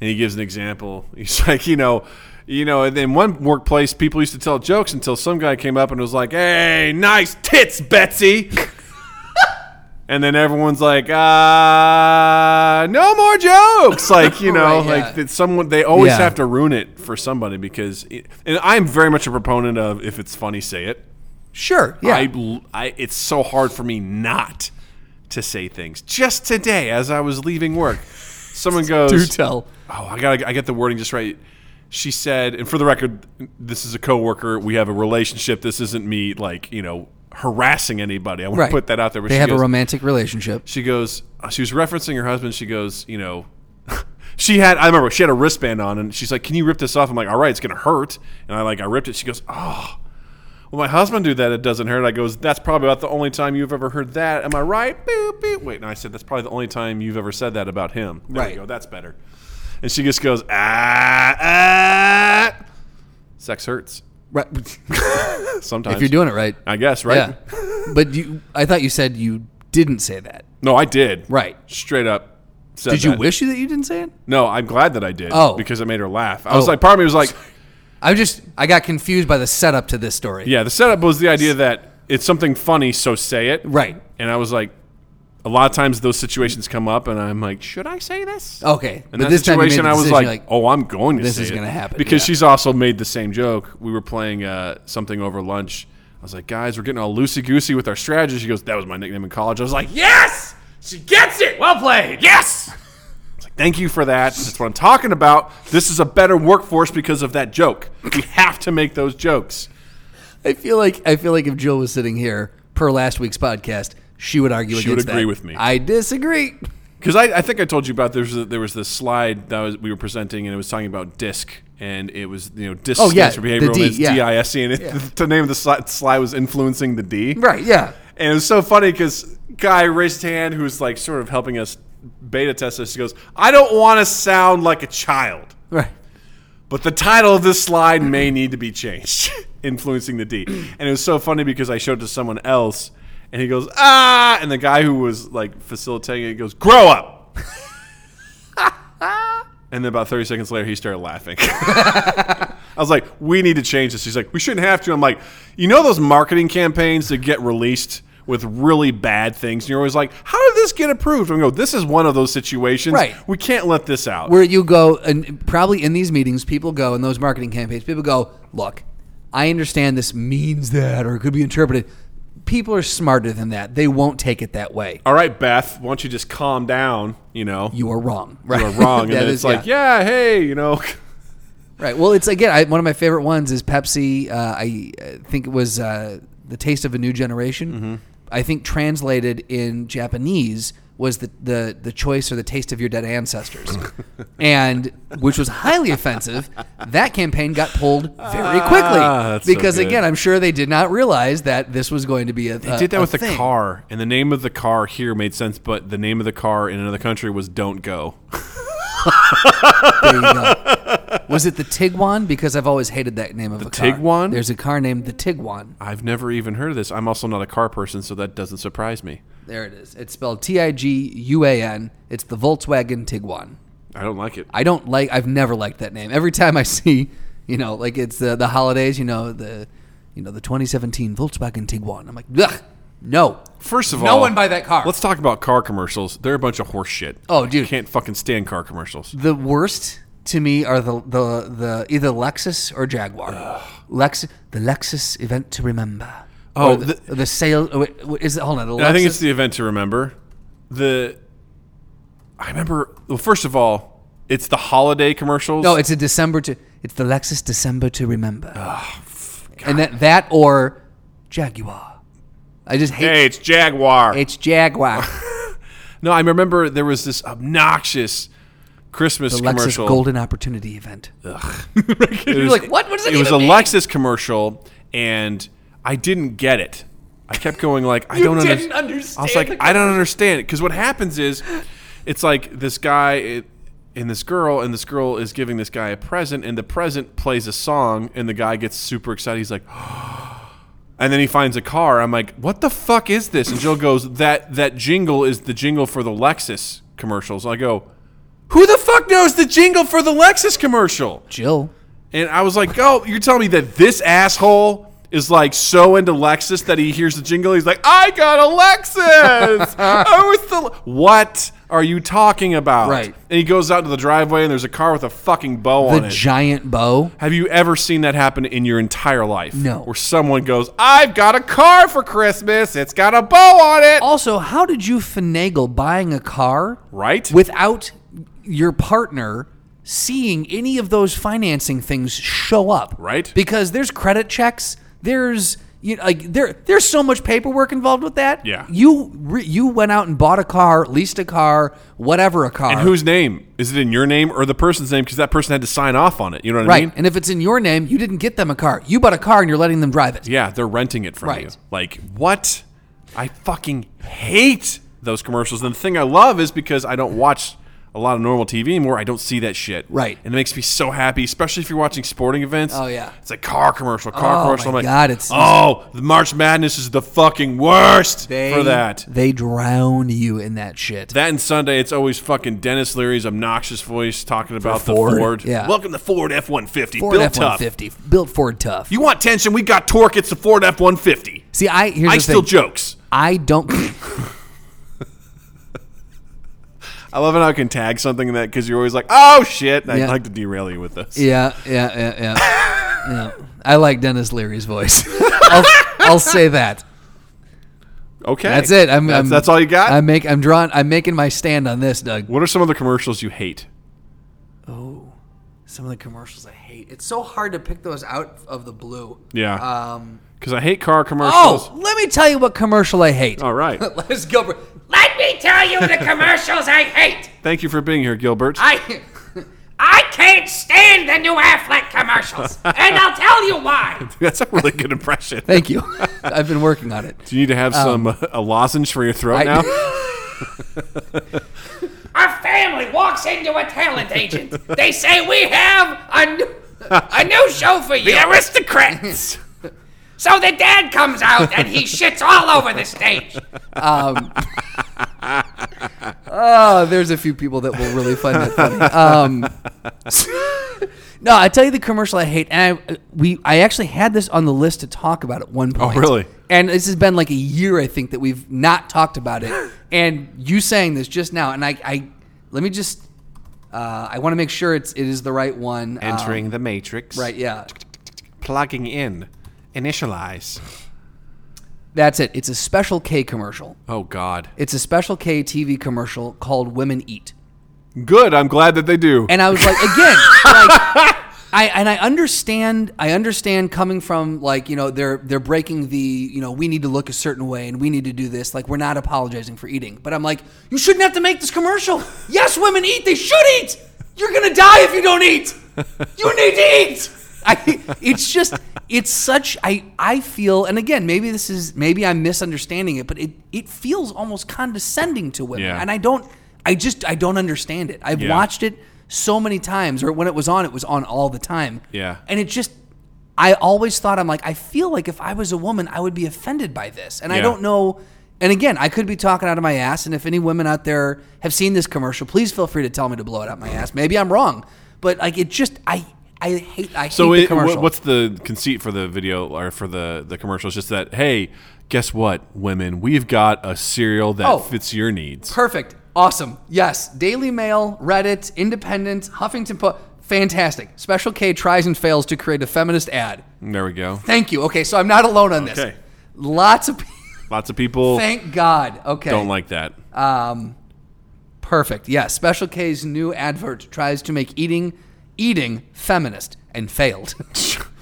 Speaker 2: he gives an example. He's like, you know, you know, in one workplace, people used to tell jokes until some guy came up and was like, "Hey, nice tits, Betsy." And then everyone's like, uh, no more jokes. Like, you know,
Speaker 1: Right, yeah.
Speaker 2: like that someone, they always
Speaker 1: Yeah.
Speaker 2: have to ruin it for somebody because, it, and I'm very much a proponent of if it's funny, say it.
Speaker 1: Sure. Yeah.
Speaker 2: I l I it's so hard for me not to say things. Just today, as I was leaving work, someone goes,
Speaker 1: do tell.
Speaker 2: Oh, I got I get the wording just right. She said, and for the record, this is a coworker. We have a relationship. This isn't me, like you know, harassing anybody. I want
Speaker 1: Right.
Speaker 2: to put that out there. but
Speaker 1: They
Speaker 2: she
Speaker 1: have a
Speaker 2: goes-
Speaker 1: romantic relationship.
Speaker 2: she goes uh, she was referencing her husband she goes you know she had i remember she had a wristband on and she's like can you rip this off i'm like all right it's gonna hurt and i like i ripped it she goes oh well my husband do that it doesn't hurt i goes that's probably about the only time you've ever heard that am i right boop, boop. wait and i said that's probably the only time you've ever said that about him there
Speaker 1: Right.
Speaker 2: we go that's better and she just goes ah ah. Sex hurts
Speaker 1: Right.
Speaker 2: sometimes.
Speaker 1: if you're doing it right.
Speaker 2: I guess right.
Speaker 1: Yeah. But you, I thought you said you didn't say that.
Speaker 2: No, I did.
Speaker 1: Right.
Speaker 2: Straight up. said
Speaker 1: Did you
Speaker 2: that.
Speaker 1: wish that you didn't say it?
Speaker 2: No, I'm glad that I did.
Speaker 1: Oh.
Speaker 2: because it made her laugh. I was
Speaker 1: Oh.
Speaker 2: like, part of me was like,
Speaker 1: I just I got confused by the setup to this story.
Speaker 2: yeah. The setup was the idea that it's something funny, so say it.
Speaker 1: Right.
Speaker 2: And I was like, a lot of times those situations come up, and I'm like, should I say this?
Speaker 1: Okay.
Speaker 2: In that situation, I was
Speaker 1: decision,
Speaker 2: like,
Speaker 1: you're
Speaker 2: "Oh, I'm going to
Speaker 1: this
Speaker 2: say
Speaker 1: is
Speaker 2: it.
Speaker 1: gonna happen,
Speaker 2: because
Speaker 1: yeah.
Speaker 2: she's also made the same joke. We were playing uh, something over lunch. I was like, "Guys, we're getting all loosey goosey with our strategy." She goes, "That was my nickname in college." I was like, "Yes, she gets it. Well played. Yes." I was like, Thank you for that. That's what I'm talking about. This is a better workforce because of that joke. We have to make those jokes. oh.
Speaker 1: I feel like I feel like if Jill was sitting here per last week's podcast, she would argue.
Speaker 2: She would
Speaker 1: against
Speaker 2: agree
Speaker 1: that.
Speaker 2: with me.
Speaker 1: I disagree.
Speaker 2: Because I, I think I told you about there was a, there was this slide that was, we were presenting and it was talking about DISC and it was you know DISC
Speaker 1: Oh, yeah,
Speaker 2: stands for behavioral
Speaker 1: the D,
Speaker 2: it's
Speaker 1: yeah.
Speaker 2: DISC E and it, the name of the slide, slide was influencing the D
Speaker 1: Right? Yeah.
Speaker 2: and it was so funny because guy raised his hand who was like sort of helping us beta test this he goes I don't want to sound like a child
Speaker 1: Right.
Speaker 2: but the title of this slide may need to be changed, influencing the D. And it was so funny because I showed it to someone else, and he goes, ah, and the guy who was like facilitating it goes, grow up. and then about 30 seconds later, he started laughing. I was like, we need to change this. He's like, we shouldn't have to. I'm like, you know those marketing campaigns that get released with really bad things, and you're always like, how did this get approved? I'm going, this is one of those situations.
Speaker 1: Right.
Speaker 2: We can't let this out.
Speaker 1: Where you go, and probably in these meetings, people go in those marketing campaigns. People go, look, I understand this means that, or it could be interpreted. People are smarter than that. They won't take it that way.
Speaker 2: all right, Beth, why don't you just calm down? You know, you
Speaker 1: You are wrong. Right?
Speaker 2: are wrong. And
Speaker 1: That
Speaker 2: then it's
Speaker 1: is-
Speaker 2: like, yeah. hey, you know,
Speaker 1: Right. Well, it's again I, one of my favorite ones is Pepsi. Uh, I uh, think it was uh, the Taste of a New Generation.
Speaker 2: Mm-hmm.
Speaker 1: I think translated in Japanese was the, the the choice or the taste of your dead ancestors, and which was highly offensive. That campaign got pulled very quickly
Speaker 2: Ah, that's so
Speaker 1: because
Speaker 2: good.
Speaker 1: again, I'm sure they did not realize that this was going to be a.
Speaker 2: they did that with
Speaker 1: the
Speaker 2: the car, and the name of the car here made sense, but the name of the car in another country was "Don't Go."
Speaker 1: There you go. Was it the Tiguan? Because I've always hated that name of the a car.
Speaker 2: Tiguan?
Speaker 1: There's a car named the Tiguan.
Speaker 2: I've never even heard of this. I'm also not a car person, so that doesn't surprise me.
Speaker 1: There it is. It's spelled T I G U A N. It's the Volkswagen Tiguan.
Speaker 2: I don't like it.
Speaker 1: I don't like. I've never liked that name. Every time I see, you know, like it's uh, the the holidays. You know the, you know the 2017 Volkswagen Tiguan. I'm like, ugh, no.
Speaker 2: First of
Speaker 1: No
Speaker 2: all,
Speaker 1: one buy that car.
Speaker 2: Let's talk about car commercials. They're a bunch of horse shit.
Speaker 1: Oh,
Speaker 2: I
Speaker 1: dude.
Speaker 2: can't fucking stand car commercials.
Speaker 1: The worst to me are the the the either Lexus or Jaguar. Lexus, the Lexus event to remember.
Speaker 2: Oh,
Speaker 1: Or the,
Speaker 2: the-
Speaker 1: or the sale. oh, wait, wait, Is it hold on? The Lexus,
Speaker 2: I think it's the event to remember. The I remember. Well, first of all, it's the holiday commercials.
Speaker 1: No, Oh, it's a December to. It's the Lexus December to remember. and that that or Jaguar. I just hate
Speaker 2: Hey, it's Jaguar.
Speaker 1: it's Jaguar.
Speaker 2: No, I remember there was this obnoxious Christmas
Speaker 1: The Lexus
Speaker 2: commercial.
Speaker 1: Golden Opportunity event.
Speaker 2: It was,
Speaker 1: like, "What? What does that
Speaker 2: It was a
Speaker 1: even mean?"
Speaker 2: Lexus commercial, and I didn't get it. I kept going like, I don't
Speaker 1: didn't
Speaker 2: underst- I was
Speaker 1: understand
Speaker 2: like, I don't understand it because what happens is, it's like this guy it, and this girl, and this girl is giving this guy a present, and the present plays a song, and the guy gets super excited. He's like. And then he finds a car. I'm like, "What the fuck is this?" And Jill goes, "That that jingle is the jingle for the Lexus commercials." I go, "Who the fuck knows the jingle for the Lexus commercial?"
Speaker 1: Jill.
Speaker 2: And I was like, "Oh, you're telling me that this asshole is like so into Lexus that he hears the jingle, he's like, "I got a Lexus." oh, it's the What are you talking about?
Speaker 1: Right.
Speaker 2: And he goes out to the driveway and there's a car with a fucking bow on
Speaker 1: The
Speaker 2: it.
Speaker 1: giant bow.
Speaker 2: Have you ever seen that happen in your entire life?
Speaker 1: No.
Speaker 2: Where someone goes, I've got a car for Christmas. It's got a bow on it.
Speaker 1: Also, how did you finagle buying a car
Speaker 2: Right?
Speaker 1: without your partner seeing any of those financing things show up?
Speaker 2: Right.
Speaker 1: Because there's credit checks. There's you know, like there there's so much paperwork involved with that.
Speaker 2: Yeah.
Speaker 1: You re, you went out and bought a car, leased a car, whatever a car.
Speaker 2: and whose name? Is it in your name or the person's name? Because that person had to sign off on it. You know what I
Speaker 1: right?
Speaker 2: mean?
Speaker 1: And if it's in your name, you didn't get them a car. You bought a car and you're letting them drive it.
Speaker 2: yeah, they're renting it from
Speaker 1: Right.
Speaker 2: you. Like, what? I fucking hate those commercials. And the thing I love is because I don't watch a lot of normal TV anymore. I don't see that shit.
Speaker 1: Right.
Speaker 2: And it makes me so happy, especially if you're watching sporting events.
Speaker 1: Oh, yeah.
Speaker 2: It's like car commercial, car
Speaker 1: Oh,
Speaker 2: commercial.
Speaker 1: my
Speaker 2: I'm like,
Speaker 1: God, it's-
Speaker 2: oh, the March Madness is the fucking worst for that.
Speaker 1: They drown you in that shit.
Speaker 2: That and Sunday, it's always fucking Dennis Leary's obnoxious voice talking about
Speaker 1: Ford,
Speaker 2: the Ford.
Speaker 1: yeah.
Speaker 2: Welcome to Ford F one fifty.
Speaker 1: Ford
Speaker 2: Built
Speaker 1: F one
Speaker 2: tough.
Speaker 1: fifty, built Ford tough.
Speaker 2: You want tension? We got torque. It's the Ford F one fifty.
Speaker 1: See, I here's
Speaker 2: I
Speaker 1: the
Speaker 2: still
Speaker 1: thing.
Speaker 2: jokes.
Speaker 1: I don't.
Speaker 2: I love it how I can tag something in that because you're always like, oh shit. I
Speaker 1: Yeah.
Speaker 2: like to derail you with this.
Speaker 1: yeah, yeah, yeah, yeah. yeah. I like Dennis Leary's voice. I'll, I'll say that.
Speaker 2: Okay,
Speaker 1: That's it. I'm,
Speaker 2: that's,
Speaker 1: I'm-
Speaker 2: that's all you got.
Speaker 1: I make. I'm drawn. I'm making my stand on this, Doug.
Speaker 2: what are some of the commercials you hate?
Speaker 1: Oh, some of the commercials I hate. It's so hard to pick those out of the blue.
Speaker 2: Yeah,
Speaker 1: Um.
Speaker 2: because I hate car commercials.
Speaker 1: Oh, let me tell you what commercial I hate.
Speaker 2: All right.
Speaker 1: Let's go. for-
Speaker 5: Let me tell you the commercials I hate.
Speaker 2: Thank you for being here, Gilbert.
Speaker 5: I I can't stand the new Affleck commercials, and I'll tell you why.
Speaker 2: that's a really good impression.
Speaker 1: Thank you. I've been working on it.
Speaker 2: Do you need to have some uh, a lozenge for your throat
Speaker 1: I-
Speaker 2: now?
Speaker 5: A family walks into a talent agent. They say we have a new, a new show for you. The aristocrats. So the dad comes out and he shits all over the stage.
Speaker 1: Um, oh, there's a few people that will really find that funny. Um, no, I tell you the commercial I hate, and I we I actually had this on the list to talk about at one point.
Speaker 2: really?
Speaker 1: And this has been like a year, I think, that we've not talked about it. And you saying this just now, and I, I let me just, uh, I want to make sure it's it is the right one. Um,
Speaker 2: the matrix.
Speaker 1: right, yeah,
Speaker 2: Plugging in. Initialize.
Speaker 1: that's it. It's a Special K commercial.
Speaker 2: Oh God.
Speaker 1: It's a Special K TV commercial called "Women Eat."
Speaker 2: Good. I'm glad that they do.
Speaker 1: And I was like, again, like I and I understand I understand coming from like, you know, they're they're breaking the, you know, we need to look a certain way and we need to do this. Like we're not apologizing for eating. But I'm like, you shouldn't have to make this commercial. Yes, women eat, they should eat. You're gonna die if you don't eat. You need to eat. I, it's just it's such I I feel and again maybe this is maybe I'm misunderstanding it but it it feels almost condescending to women
Speaker 2: Yeah.
Speaker 1: and I don't I just I don't understand it. I've
Speaker 2: Yeah.
Speaker 1: watched watched it so many times, or when it was on, it was on all the time.
Speaker 2: Yeah.
Speaker 1: And it just, I always thought, I'm like, I feel like if I was a woman, I would be offended by this. And I
Speaker 2: Yeah.
Speaker 1: don't know. And again, I could be talking out of my ass. And if any women out there have seen this commercial, please feel free to tell me to blow it out my ass. Maybe I'm wrong. But like, it just, I, I hate, I
Speaker 2: so
Speaker 1: hate the
Speaker 2: it,
Speaker 1: commercial.
Speaker 2: wha- what's the conceit for the video or for the the commercial? It's just that hey, guess what, women, we've got a cereal that
Speaker 1: Oh.
Speaker 2: fits your needs.
Speaker 1: Perfect. Awesome. Yes. Daily Mail, Reddit, Independent, Huffington Post. Fantastic. Special K tries and fails to create a feminist ad.
Speaker 2: there we go.
Speaker 1: Thank you. Okay, so I'm not alone on this.
Speaker 2: Okay.
Speaker 1: Lots of people.
Speaker 2: Lots of people
Speaker 1: Thank Uh, God. Okay.
Speaker 2: don't like that.
Speaker 1: Perfect. Yeah. Special K's new advert tries to make eating eating feminist and failed.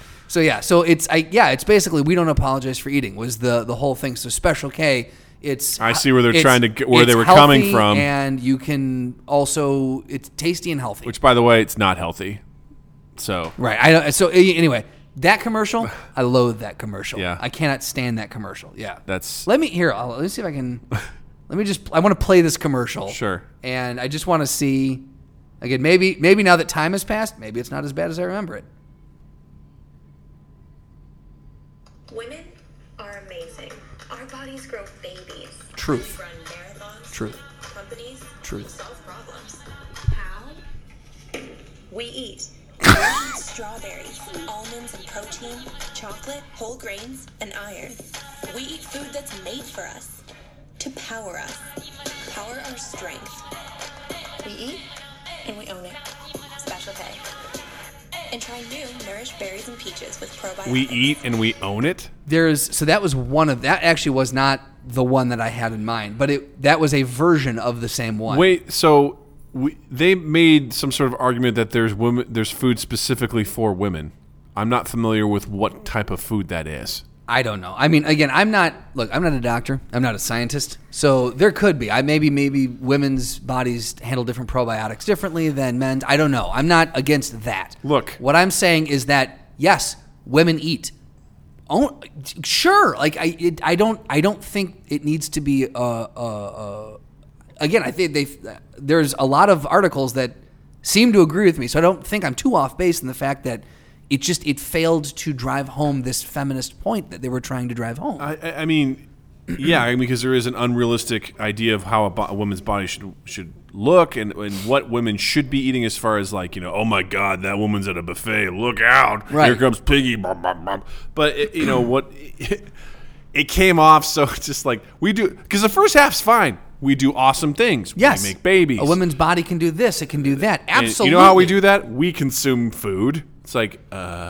Speaker 1: so yeah. So it's I yeah. It's basically we don't apologize for eating was the the whole thing. So Special K. It's
Speaker 2: I see where they're
Speaker 1: it's-
Speaker 2: trying to get- where they
Speaker 1: it's
Speaker 2: were coming
Speaker 1: healthy
Speaker 2: from.
Speaker 1: and you can also it's tasty and healthy.
Speaker 2: Which, by the way, it's not healthy. So
Speaker 1: Right. I don't- so a- anyway, that commercial, I loathe that commercial.
Speaker 2: Yeah.
Speaker 1: I cannot stand that commercial. Yeah.
Speaker 2: That's-
Speaker 1: Let me here. I'll, let me see if I can. let me just. I want to play this commercial.
Speaker 2: Sure.
Speaker 1: And I just want to see. Again, maybe maybe now that time has passed, maybe it's not as bad as I remember it.
Speaker 6: Women are amazing. Our bodies grow babies.
Speaker 1: Truth.
Speaker 6: We run marathons.
Speaker 1: Truth.
Speaker 6: Companies.
Speaker 1: Truth.
Speaker 6: Solve problems. How? We eat. strawberries, almonds and protein, chocolate, whole grains, and iron. We eat food that's made for us. To power us. Power our strength. We eat and we own it. Special K. And try new nourished berries and peaches with probiotics.
Speaker 2: we eat and we own it.
Speaker 1: There's so that was one of that actually was not the one that I had in mind, but it that was a version of the same one.
Speaker 2: Wait, so we, they made some sort of argument that there's women, there's food specifically for women. I'm not familiar with what type of food that is.
Speaker 1: I don't know. I mean, again, I'm not. Look, I'm not a doctor. I'm not a scientist. So there could be. I maybe maybe women's bodies handle different probiotics differently than men's. I don't know. I'm not against that.
Speaker 2: Look.
Speaker 1: what I'm saying is that yes, women eat. Oh, sure. Like I, it, I don't. I don't think it needs to be a, a, a uh, again, I think they there's a lot of articles that seem to agree with me, so I don't think I'm too off base in the fact that it just it failed to drive home this feminist point that they were trying to drive home.
Speaker 2: I, I- I mean, yeah, I mean, because there is an unrealistic idea of how a, bo- a woman's body should should look and, and what women should be eating as far as like you know, oh my god, that woman's at a buffet, look out, here
Speaker 1: Right.
Speaker 2: comes Piggy, bum, bum, bum." but it, you know what? It, came off so it's just like we do because the first half's fine. We do awesome things.
Speaker 1: yes,
Speaker 2: we make babies.
Speaker 1: A woman's body can do this; it can do that.
Speaker 2: And
Speaker 1: Absolutely.
Speaker 2: You know how we do that? We consume food. It's like,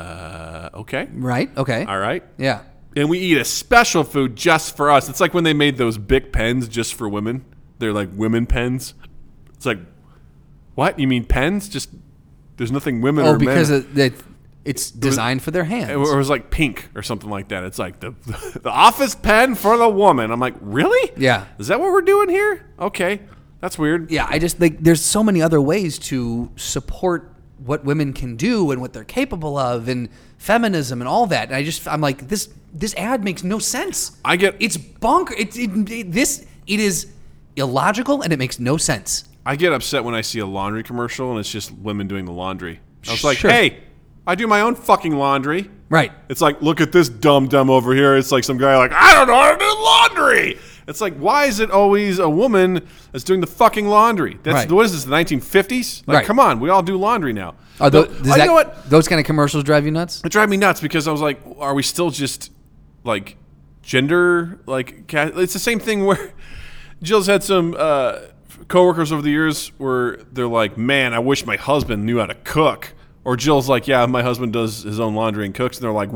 Speaker 2: uh, okay,
Speaker 1: Right. Okay.
Speaker 2: all right,
Speaker 1: Yeah.
Speaker 2: and we eat a special food just for us. It's like when they made those big pens just for women. They're like women pens. It's like, what you mean pens? Just there's nothing women
Speaker 1: Oh,
Speaker 2: or
Speaker 1: because
Speaker 2: men.
Speaker 1: it, that it's designed for their hands.
Speaker 2: It was- it was like pink or something like that. It's like the the office pen for the woman. I'm like, really?
Speaker 1: Yeah.
Speaker 2: Is that what we're doing here? Okay, that's weird.
Speaker 1: yeah, I just like there's so many other ways to support what women can do and what they're capable of and feminism and all that. And I just I'm like this this ad makes no sense.
Speaker 2: I get-
Speaker 1: it's bonker. It's it, it- this it is illogical and it makes no sense.
Speaker 2: I get upset when I see a laundry commercial and it's just women doing the laundry. I was like,
Speaker 1: Sure.
Speaker 2: hey, I do my own fucking laundry.
Speaker 1: Right.
Speaker 2: It's like, look at this dumb dumb over here. It's like some guy like, I don't know how to do laundry. It's like, why is it always a woman that's doing the fucking laundry? That's
Speaker 1: Right.
Speaker 2: what is this, the 1950s? Like,
Speaker 1: Right.
Speaker 2: come on, we all do laundry now.
Speaker 1: Are tho-
Speaker 2: But-
Speaker 1: does
Speaker 2: oh,
Speaker 1: that-
Speaker 2: you know what?
Speaker 1: Those kind of commercials drive you nuts?
Speaker 2: It drive me nuts because I was like, are we still just like gender like? ca- It's the same thing where Jill's had some uh, coworkers over the years where they're like, man, I wish my husband knew how to cook. Or Jill's like, yeah, my husband does his own laundry and cooks, and they're like,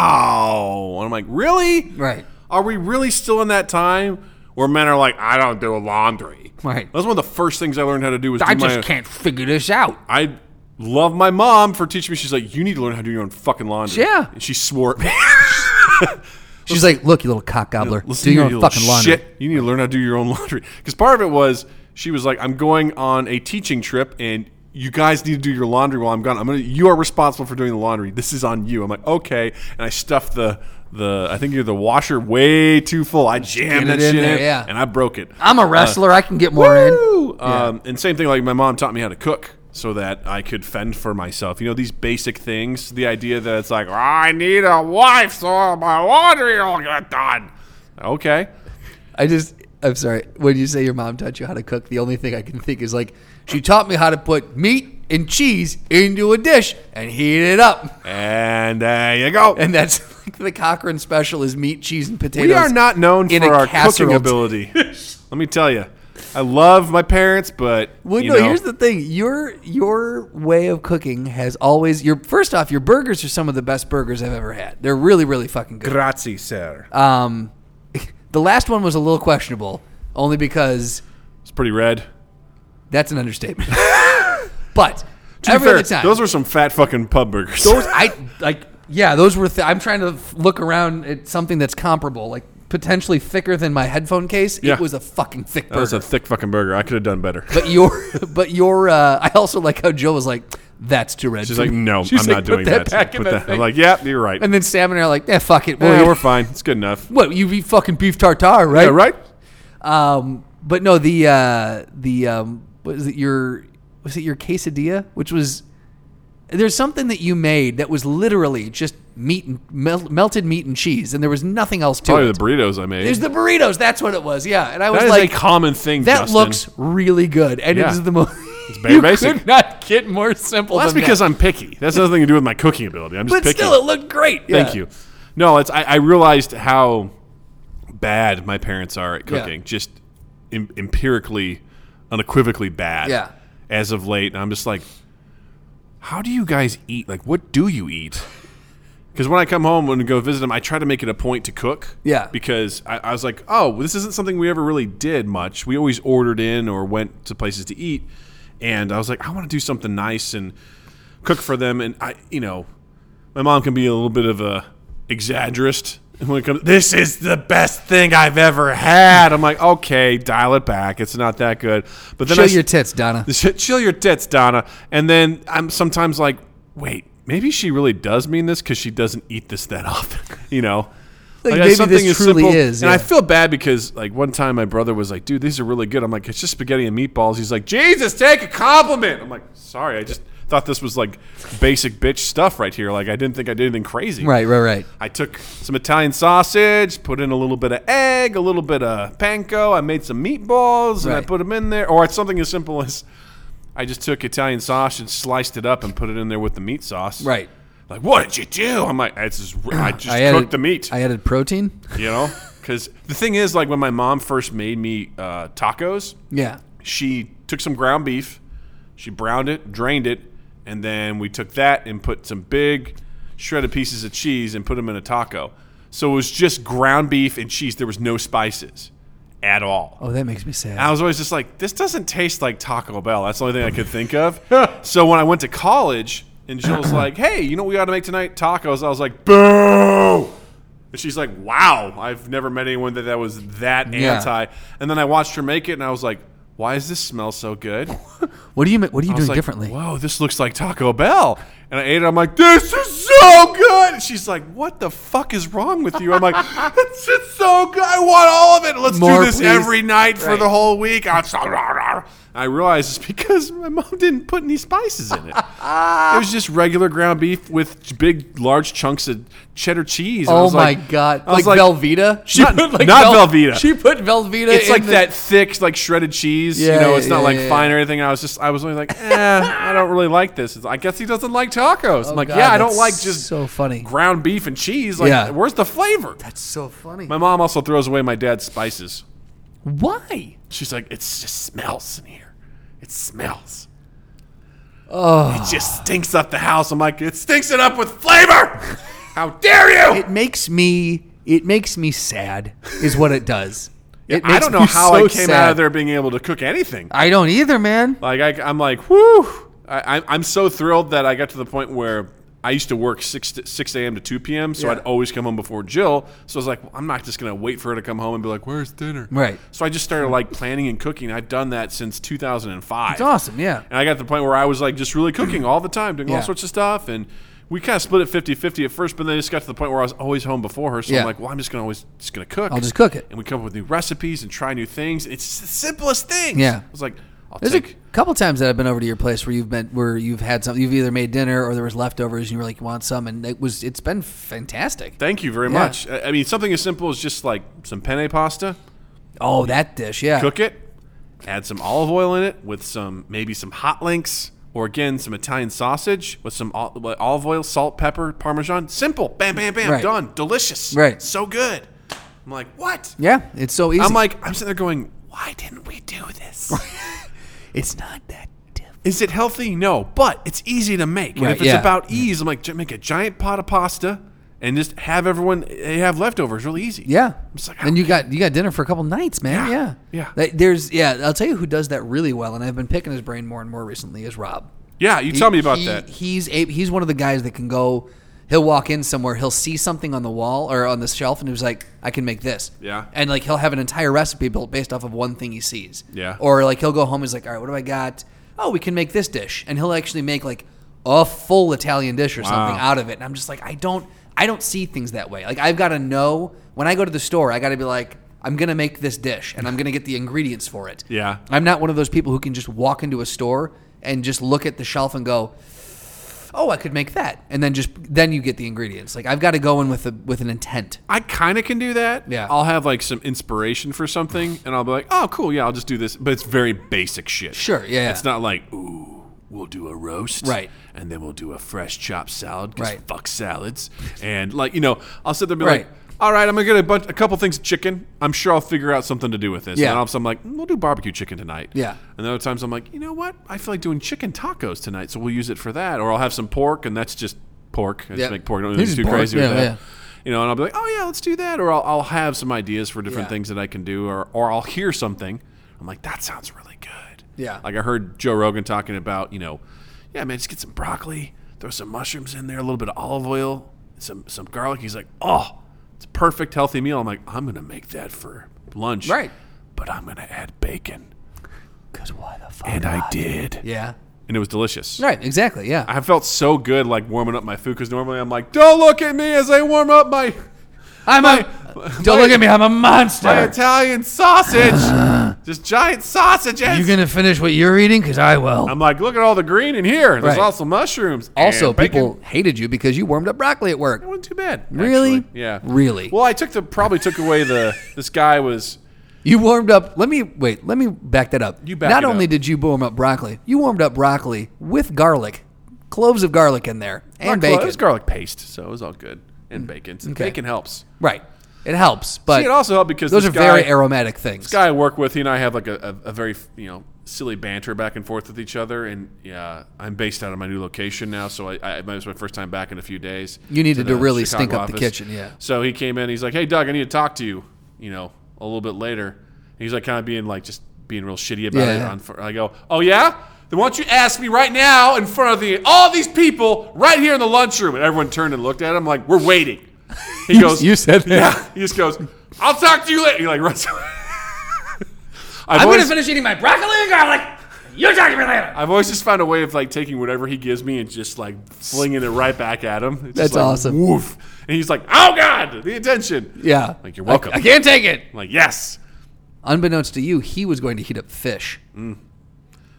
Speaker 2: wow. And I'm like, really?
Speaker 1: Right.
Speaker 2: Are we really still in that time where men are like, I don't do laundry?
Speaker 1: Right.
Speaker 2: That's one of the first things I learned how to do was
Speaker 5: I
Speaker 2: do my,
Speaker 5: just can't figure this out.
Speaker 2: I love my mom for teaching me. She's like, you need to learn how to do your own fucking laundry.
Speaker 1: Yeah.
Speaker 2: And she swore at me.
Speaker 1: She's like, look, you little cock gobbler,
Speaker 2: Listen,
Speaker 1: do your
Speaker 2: you
Speaker 1: own
Speaker 2: little
Speaker 1: fucking laundry.
Speaker 2: Shit, you need to learn how to do your own laundry. Because part of it was she was like, I'm going on a teaching trip and you guys need to do your laundry while I'm gone. I'm gonna. You are responsible for doing the laundry. This is on you. I'm like, okay. And I stuffed the the. I think you're the washer way too full. I jammed
Speaker 1: Get
Speaker 2: that
Speaker 1: it in
Speaker 2: shit
Speaker 1: there,
Speaker 2: in,
Speaker 1: yeah.
Speaker 2: and I broke it. Uh,
Speaker 1: I'm a wrestler. I can get more in.
Speaker 2: Woo! Um, and same thing, like my mom taught me how to cook so that I could fend for myself. You know, these basic things. The idea that it's like, I need a wife so my laundry will get done. Okay.
Speaker 1: I just, I'm sorry. When you say your mom taught you how to cook, the only thing I can think is like, she taught me how to put meat and cheese into a dish and heat it up.
Speaker 2: And there you go.
Speaker 1: And that's like the Cochrane special is meat, cheese, and potatoes.
Speaker 2: we are not known
Speaker 1: in
Speaker 2: for
Speaker 1: a
Speaker 2: our
Speaker 1: casserole.
Speaker 2: cooking ability. Let me tell you, I love my parents, but
Speaker 1: Well,
Speaker 2: you
Speaker 1: no,
Speaker 2: know,
Speaker 1: here's the thing. Your your way of cooking has always your first off, your burgers are some of the best burgers I've ever had. They're really, really fucking good.
Speaker 2: grazie, sir.
Speaker 1: Um, the last one was a little questionable, only because
Speaker 2: it's pretty red.
Speaker 1: that's an understatement. but
Speaker 2: To be
Speaker 1: every
Speaker 2: fair,
Speaker 1: other time,
Speaker 2: those were some fat fucking pub burgers.
Speaker 1: those I like. Yeah, those were. Th- I'm trying to f- look around at something that's comparable, like potentially thicker than my headphone case.
Speaker 2: Yeah.
Speaker 1: It was a fucking thick
Speaker 2: that was
Speaker 1: burger.
Speaker 2: a thick fucking burger. I could have done better.
Speaker 1: but your, but your. Uh, I also like how Joe was like, "That's too red."
Speaker 2: She's
Speaker 1: for
Speaker 2: like,
Speaker 1: me."
Speaker 2: no,
Speaker 1: She's
Speaker 2: I'm
Speaker 1: like,
Speaker 2: not
Speaker 1: "Put
Speaker 2: doing that.
Speaker 1: back in
Speaker 2: Put
Speaker 1: that
Speaker 2: that-
Speaker 1: thing."
Speaker 2: I'm like, yeah, you're right.
Speaker 1: and then Sam and I are like, "Yeah, fuck it. We'll
Speaker 2: yeah,
Speaker 1: eat-
Speaker 2: we're fine. It's good enough.
Speaker 1: What you eat fucking beef tartare, right?
Speaker 2: Yeah, right?
Speaker 1: Um, but no, the uh, the um, what is it? Your was it your quesadilla, which was there's something that you made that was literally just meat and mel- melted meat and cheese, and there was nothing else to
Speaker 2: Probably
Speaker 1: it.
Speaker 2: the burritos I made.
Speaker 1: there's the burritos. That's what it was. Yeah, and I
Speaker 2: that
Speaker 1: was
Speaker 2: is
Speaker 1: like,
Speaker 2: a common thing.
Speaker 1: that
Speaker 2: Justin.
Speaker 1: looks really good, and
Speaker 2: Yeah.
Speaker 1: it is the most.
Speaker 2: very
Speaker 1: you
Speaker 2: basic.
Speaker 1: could not get more simple.
Speaker 2: Well, that's
Speaker 1: than
Speaker 2: because
Speaker 1: that.
Speaker 2: I'm picky. That's nothing to do with my cooking ability. I'm just
Speaker 1: But
Speaker 2: picky.
Speaker 1: still, it looked great.
Speaker 2: Thank
Speaker 1: Yeah.
Speaker 2: you. No, it's I, I realized how bad my parents are at cooking. Just em- empirically, unequivocally bad.
Speaker 1: Yeah.
Speaker 2: As of late, and I'm just like, how do you guys eat? Like, what do you eat? Because when I come home and go visit them, I try to make it a point to cook.
Speaker 1: Yeah.
Speaker 2: Because I, I was like, oh, well, this isn't something we ever really did much. We always ordered in or went to places to eat, and I was like, I want to do something nice and cook for them. And I, you know, my mom can be a little bit of a exaggerist when it comes. This is the best thing I've ever had. I'm like, okay, dial it back. It's not that good. But then
Speaker 1: Show
Speaker 2: I
Speaker 1: your
Speaker 2: s-
Speaker 1: tits, Donna.
Speaker 2: Chill your tits, Donna. And then I'm sometimes like, wait, maybe she really does mean this because she doesn't eat this that often, you know?
Speaker 1: Like,
Speaker 2: Like,
Speaker 1: maybe
Speaker 2: something
Speaker 1: this
Speaker 2: as
Speaker 1: truly
Speaker 2: simple-
Speaker 1: is.
Speaker 2: And I
Speaker 1: yeah.
Speaker 2: feel bad because like one time my brother was like, "Dude, these are really good." I'm like, "It's just spaghetti and meatballs." He's like, "Jesus, take a compliment." I'm like, "Sorry, I just thought this was like basic bitch stuff right here. Like I didn't think I did anything crazy."
Speaker 1: right, right, right.
Speaker 2: I took some Italian sausage, put in a little bit of egg, a little bit of panko. I made some meatballs and I
Speaker 1: Right.
Speaker 2: put them in there. Or it's something as simple as I just took Italian sausage, sliced it up, and put it in there with the meat sauce.
Speaker 1: Right.
Speaker 2: Like, what did you do? I'm like, I just, I just
Speaker 1: I
Speaker 2: cooked
Speaker 1: added
Speaker 2: the meat.
Speaker 1: I added protein.
Speaker 2: you know? Because the thing is, like, when my mom first made me uh, tacos,
Speaker 1: Yeah.
Speaker 2: she took some ground beef, she browned it, drained it, and then we took that and put some big shredded pieces of cheese and put them in a taco. So it was just ground beef and cheese. There was no spices at all.
Speaker 1: Oh, that makes me sad.
Speaker 2: And I was always just like, this doesn't taste like Taco Bell. That's the only thing I could think of. so when I went to college and Jill was like, hey, you know what we got to make tonight? Tacos. I was like, boo. And she's like, wow, I've never met anyone that, that was that
Speaker 1: Yeah.
Speaker 2: anti. And then I watched her make it and I was like, why does this smell so good? I
Speaker 1: what do you ma- What are you
Speaker 2: was
Speaker 1: doing
Speaker 2: like,
Speaker 1: differently?
Speaker 2: Whoa, this looks like Taco Bell. And I ate it. I'm like, this is so good. And she's like, what the fuck is wrong with you? I'm like, it's just so good. I want all of it. Let's
Speaker 1: More,
Speaker 2: do this
Speaker 1: please."
Speaker 2: every night for
Speaker 1: Right.
Speaker 2: the whole week. I'm so- I realized it's because my mom didn't put any spices in it. it was just regular ground beef with big, large chunks of cheddar cheese. And I
Speaker 1: Oh
Speaker 2: was
Speaker 1: my
Speaker 2: like-
Speaker 1: god!
Speaker 2: I was
Speaker 1: Like, Velveeta.
Speaker 2: She put, like, not Velveeta.
Speaker 1: She put Velveeta.
Speaker 2: It's
Speaker 1: in
Speaker 2: like
Speaker 1: the-
Speaker 2: that thick, like shredded cheese.
Speaker 1: Yeah,
Speaker 2: you know,
Speaker 1: yeah,
Speaker 2: it's not
Speaker 1: yeah,
Speaker 2: like
Speaker 1: yeah,
Speaker 2: fine or anything. I was just, I was only like, eh, I don't really like this. It's- I guess he doesn't like tacos. I'm like,
Speaker 1: Oh, God,
Speaker 2: yeah, I don't
Speaker 1: that's
Speaker 2: like just
Speaker 1: so funny.
Speaker 2: ground beef and cheese. Like,
Speaker 1: Yeah.
Speaker 2: where's the flavor?
Speaker 1: That's so funny.
Speaker 2: My mom also throws away my dad's spices.
Speaker 1: Why?
Speaker 2: She's like, it just smells in here. It smells.
Speaker 1: Oh.
Speaker 2: It just stinks up the house. I'm like, it stinks it up with flavor. How dare you?
Speaker 1: It makes me. It makes me sad. Is what it does. It
Speaker 2: I
Speaker 1: makes
Speaker 2: don't know
Speaker 1: me
Speaker 2: how
Speaker 1: so
Speaker 2: I came out
Speaker 1: sad.
Speaker 2: of there being able to cook anything.
Speaker 1: I don't either, man.
Speaker 2: Like I, I'm like, whoo! I, I- I'm so thrilled that I got to the point where I used to work six to, six a.m. to two p.m. So
Speaker 1: Yeah.
Speaker 2: I'd always come home before Jill. So I was like, well, I'm not just gonna wait for her to come home and be like, where's dinner?
Speaker 1: Right.
Speaker 2: So I just started like planning and cooking. I've done that since 2005.
Speaker 1: It's awesome. Yeah.
Speaker 2: And I got to the point where I was like just really cooking all the time, doing
Speaker 1: Yeah.
Speaker 2: all sorts of stuff. And we kind of split it 50 50 at first, but then I just got to the point where I was always home before her. So
Speaker 1: Yeah.
Speaker 2: I'm like, well, I'm just going to always just going to cook.
Speaker 1: I'll just cook it.
Speaker 2: And we come up with new recipes and try new things. It's just the simplest things.
Speaker 1: Yeah.
Speaker 2: I was like, I'll
Speaker 1: There's a
Speaker 2: take.
Speaker 1: couple times that I've been over to your place where you've been where you've had something. You've either made dinner or there was leftovers, and you were like, "You want some?" And it was. It's been fantastic.
Speaker 2: Thank you very
Speaker 1: Yeah.
Speaker 2: much. I I mean, something as simple as just like some penne pasta,
Speaker 1: Oh, that dish. Yeah.
Speaker 2: cook it, add some olive oil in it with some maybe some hot links or again some Italian sausage with some ol- olive oil, salt, pepper, parmesan. Simple. Bam, bam, bam.
Speaker 1: Right.
Speaker 2: Done. Delicious.
Speaker 1: Right.
Speaker 2: So good. I'm like, what?
Speaker 1: Yeah. It's so easy.
Speaker 2: I'm like, I'm sitting there going, why didn't we do this?
Speaker 1: it's not that. difficult.
Speaker 2: Is it healthy? No, but it's easy to make.
Speaker 1: Right,
Speaker 2: and if it's
Speaker 1: yeah.
Speaker 2: about ease, I'm like, "Ju- make a giant pot of pasta and just have everyone they have leftovers. Really easy.
Speaker 1: Yeah.
Speaker 2: I'm just like, "Ah,
Speaker 1: and you got you got dinner for a couple nights, man. Yeah.
Speaker 2: Yeah. Yeah.
Speaker 1: Like, There's yeah, I'll tell you who does that really well and I've been picking his brain more and more recently is Rob.
Speaker 2: yeah, you tell me about
Speaker 1: He-
Speaker 2: that.
Speaker 1: He's a, he's one of the guys that can go he'll walk in somewhere, he'll see something on the wall or on the shelf and he's like, I can make this.
Speaker 2: Yeah.
Speaker 1: And like he'll have an entire recipe built based off of one thing he sees.
Speaker 2: Yeah.
Speaker 1: Or like he'll go home he's like, "All right, what do I got? Oh, we can make this dish." And he'll actually make like a full Italian dish or something
Speaker 2: Wow.
Speaker 1: out of it. And I'm just like, I don't I don't see things that way. Like I've got to know when I go to the store, I got to be like, I'm going to make this dish and I'm going to get the ingredients for it.
Speaker 2: Yeah.
Speaker 1: I'm not one of those people who can just walk into a store and just look at the shelf and go, "Oh, I could make that." And then just then you get the ingredients. Like I've got to go in with a with an intent.
Speaker 2: I kind of can do that.
Speaker 1: Yeah.
Speaker 2: I'll have like some inspiration for something and I'll be like, oh, cool. Yeah, I'll just do this. But it's very basic shit.
Speaker 1: Sure, yeah, yeah.
Speaker 2: It's not like, ooh, we'll do a roast.
Speaker 1: Right.
Speaker 2: And then we'll do a fresh chopped salad because
Speaker 1: Right.
Speaker 2: fuck salads. And like, you know, I'll sit there and be
Speaker 1: Right.
Speaker 2: like, all right, I'm going to get a, bunch, a couple things of chicken. I'm sure I'll figure out something to do with this.
Speaker 1: Yeah.
Speaker 2: And then all of a sudden I'm like, "Mm, we'll do barbecue chicken tonight.
Speaker 1: Yeah.
Speaker 2: And other times I'm like, you know what? I feel like doing chicken tacos tonight. So we'll use it for that. Or I'll have some pork and that's just pork. I just
Speaker 1: Yeah.
Speaker 2: make pork. I don't
Speaker 1: This
Speaker 2: do
Speaker 1: is
Speaker 2: too
Speaker 1: pork.
Speaker 2: crazy
Speaker 1: Yeah,
Speaker 2: with that
Speaker 1: yeah.
Speaker 2: you know, and I'll be like, oh yeah, let's do that, or I'll, I'll have some ideas for different
Speaker 1: Yeah.
Speaker 2: things that I can do, or or I'll hear something. I'm like, that sounds really good.
Speaker 1: Yeah.
Speaker 2: Like I heard Joe Rogan talking about, you know, yeah, man, just get some broccoli, throw some mushrooms in there, a little bit of olive oil, some some garlic. He's like, oh, it's a perfect healthy meal. I'm like, I'm gonna make that for lunch,
Speaker 1: Right.
Speaker 2: But I'm gonna add bacon,
Speaker 1: Cuz why the fuck?
Speaker 2: and I did,
Speaker 1: yeah.
Speaker 2: and it was delicious.
Speaker 1: Right, exactly. Yeah.
Speaker 2: I felt so good like warming up my food because normally I'm like, don't look at me as I warm up my
Speaker 1: I'm a. Don't look at me. I'm a
Speaker 2: My
Speaker 1: monster.
Speaker 2: Italian sausage, just giant sausages.
Speaker 1: You gonna finish what you're eating? Cause I will.
Speaker 2: I'm like, look at all the green in here. There's
Speaker 1: Right.
Speaker 2: also mushrooms.
Speaker 1: Also,
Speaker 2: and bacon."
Speaker 1: people hated you because you warmed up broccoli at work.
Speaker 2: It wasn't too bad.
Speaker 1: Really?
Speaker 2: actually. Yeah.
Speaker 1: Really?
Speaker 2: Well, I took the probably took away the this guy was
Speaker 1: You warmed up. Let me wait. Let me back that up.
Speaker 2: You back
Speaker 1: Not
Speaker 2: it
Speaker 1: only
Speaker 2: up.
Speaker 1: did you warm up broccoli, you warmed up broccoli with garlic, cloves of garlic in there, and
Speaker 2: not clo-
Speaker 1: bacon.
Speaker 2: It was garlic paste, so it was all good. And bacon. So
Speaker 1: Okay.
Speaker 2: Bacon helps.
Speaker 1: Right. It helps, but
Speaker 2: See, it also helped because
Speaker 1: those
Speaker 2: this
Speaker 1: are very
Speaker 2: guy-
Speaker 1: aromatic things.
Speaker 2: This guy I work with, he and I have like a, a, a very you know silly banter back and forth with each other. And yeah, I'm based out of my new location now, so I, I it was my first time back in a few days.
Speaker 1: You needed to
Speaker 2: the
Speaker 1: really stink up the
Speaker 2: office.
Speaker 1: kitchen, yeah.
Speaker 2: So he came in, he's like, "Hey, Doug, I need to talk to you." You know, a little bit later, And he's like, kind of being like just being real shitty about
Speaker 1: Yeah,
Speaker 2: it.
Speaker 1: yeah.
Speaker 2: On, fir- I go, "Oh yeah." Then why don't you ask me right now in front of the all these people right here in the lunchroom? And everyone turned and looked at him like, "We're waiting." He goes,
Speaker 1: you said that.
Speaker 2: Yeah. He just goes, "I'll talk to you later." He like runs away. I've
Speaker 5: I'm
Speaker 2: always,
Speaker 5: gonna finish eating my broccoli and garlic. You talk to me later.
Speaker 2: I've always just found a way of like taking whatever he gives me and just like flinging it right back at him. It's just
Speaker 1: That's
Speaker 2: like,
Speaker 1: awesome.
Speaker 2: Woof. And he's like, "Oh God, the attention."
Speaker 1: yeah.
Speaker 2: Like you're welcome.
Speaker 1: I, I can't take it.
Speaker 2: I'm like yes.
Speaker 1: Unbeknownst to you, he was going to heat up fish.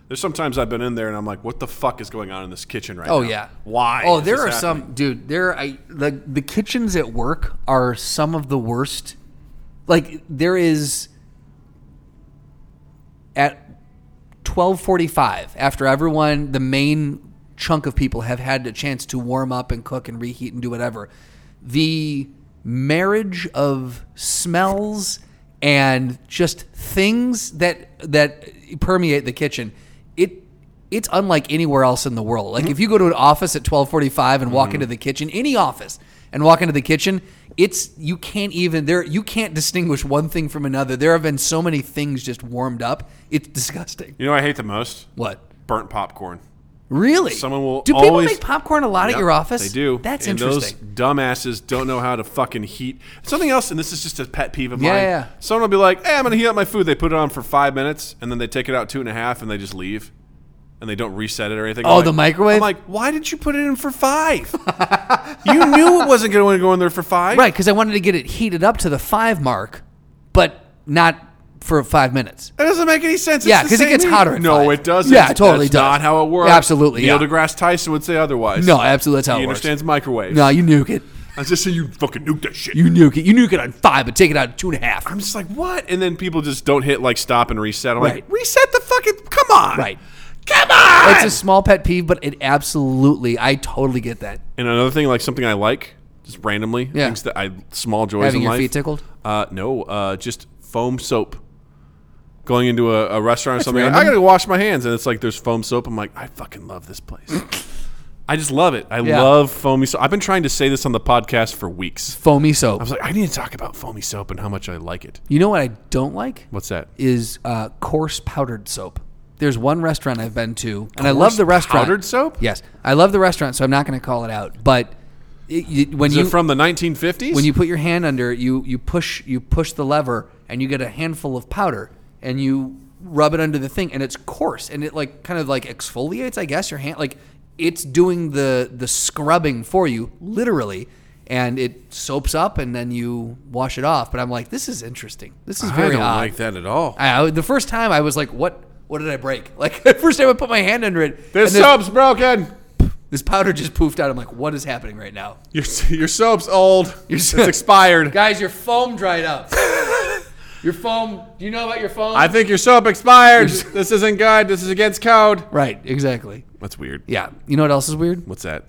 Speaker 2: There's sometimes I've been in there and I'm like, "What the fuck is going on in this kitchen right
Speaker 1: Oh
Speaker 2: now?"
Speaker 1: yeah.
Speaker 2: Why?
Speaker 1: Oh,
Speaker 2: is
Speaker 1: there
Speaker 2: this
Speaker 1: are
Speaker 2: happening?
Speaker 1: some dude. There, I the the kitchens at work are some of the worst. Like there is at twelve forty five after everyone the main chunk of people have had a chance to warm up and cook and reheat and do whatever. The marriage of smells and just things that that permeate the kitchen. It it's unlike anywhere else in the world. Like if you go to an office at 12:45 and walk into the kitchen, any office and walk into the kitchen, it's you can't even there you can't distinguish one thing from another. There have been so many things just warmed up. It's disgusting.
Speaker 2: You know, what I hate the most
Speaker 1: What?
Speaker 2: burnt popcorn.
Speaker 1: Really?
Speaker 2: Someone will
Speaker 1: Do people
Speaker 2: always-
Speaker 1: make popcorn a lot at
Speaker 2: Yep,
Speaker 1: your office?
Speaker 2: They do.
Speaker 1: That's
Speaker 2: and
Speaker 1: interesting.
Speaker 2: Those dumbasses don't know how to fucking heat. Something else, and this is just a pet peeve of
Speaker 1: Yeah,
Speaker 2: mine.
Speaker 1: yeah.
Speaker 2: Someone will be like, "Hey, I'm gonna heat up my food." They put it on for five minutes, and then they take it out two and a half, and they just leave, and they don't reset it or anything.
Speaker 1: Oh,
Speaker 2: I'm like-
Speaker 1: the microwave?
Speaker 2: I'm like, why did you put it in for five? you knew it wasn't gonna go in there for five,
Speaker 1: right, cuz I wanted to get it heated up to the 5 mark, but not for 5 minutes.
Speaker 2: That doesn't make any sense. It's
Speaker 1: Yeah,
Speaker 2: the
Speaker 1: 'cause it
Speaker 2: same
Speaker 1: gets
Speaker 2: meat.
Speaker 1: hotter at
Speaker 2: no,
Speaker 1: five.
Speaker 2: it doesn't.
Speaker 1: Yeah, it totally
Speaker 2: That's
Speaker 1: does.
Speaker 2: Not how it works.
Speaker 1: Absolutely,
Speaker 2: Neil
Speaker 1: yeah.
Speaker 2: deGrasse Tyson would say otherwise.
Speaker 1: No, absolutely that's how
Speaker 2: He
Speaker 1: it works.
Speaker 2: understands microwaves.
Speaker 1: No, you nuke it.
Speaker 2: I'm just saying you fucking nuke that shit.
Speaker 1: You nuke it. You nuke it on 5 but take it out at 2 and a half.
Speaker 2: I'm just like, what? And then people just don't hit like stop and reset. I'm
Speaker 1: Right.
Speaker 2: like, reset the fucking. Come on.
Speaker 1: Right.
Speaker 2: Come on.
Speaker 1: It's a small pet peeve, but it absolutely, I totally get that.
Speaker 2: and another thing, like something I like, just randomly,
Speaker 1: Yeah.
Speaker 2: things that I small joys
Speaker 1: Having
Speaker 2: in
Speaker 1: your
Speaker 2: life.
Speaker 1: feet tickled?
Speaker 2: Uh, no, uh, just foam soap. Going into a, a restaurant or something,
Speaker 1: random.
Speaker 2: I gotta wash my hands, and it's like there's foam soap. I'm like, I fucking love this place. I just love it. I
Speaker 1: Yeah.
Speaker 2: love foamy soap. I've been trying to say this on the podcast for weeks.
Speaker 1: Foamy soap.
Speaker 2: I was like, I need to talk about foamy soap and how much I like it.
Speaker 1: You know what I don't like?
Speaker 2: What's that?
Speaker 1: Is uh, coarse powdered soap. There's one restaurant I've been to, and I love the restaurant.
Speaker 2: powdered soap?
Speaker 1: Yes, I love the restaurant, so I'm not going to call it out. But it, you, when
Speaker 2: Is
Speaker 1: you
Speaker 2: it from the 1950s?
Speaker 1: when you put your hand under, it, you you push you push the lever, and you get a handful of powder, and you rub it under the thing, and it's coarse, and it like kind of like exfoliates, I guess, your hand. Like it's doing the the scrubbing for you, literally. And it soaps up, and then you wash it off. But I'm like, this is interesting. This is
Speaker 2: I
Speaker 1: very
Speaker 2: don't
Speaker 1: odd.
Speaker 2: like that at all.
Speaker 1: I, I- the first time I was like, "What? What did I break?" Like the first time I put my hand under it,
Speaker 2: This
Speaker 1: and
Speaker 2: soap's broken.
Speaker 1: this powder just poofed out. I'm like, "What is happening right now,
Speaker 2: Your, your soap's old. it's
Speaker 1: soap-
Speaker 2: expired.
Speaker 1: guys? Your foam dried up. your foam. Do you know about your foam?
Speaker 2: I think your soap expired. this isn't good. This is against code.
Speaker 1: right, exactly.
Speaker 2: That's weird.
Speaker 1: Yeah. You know what else is weird?
Speaker 2: What's that?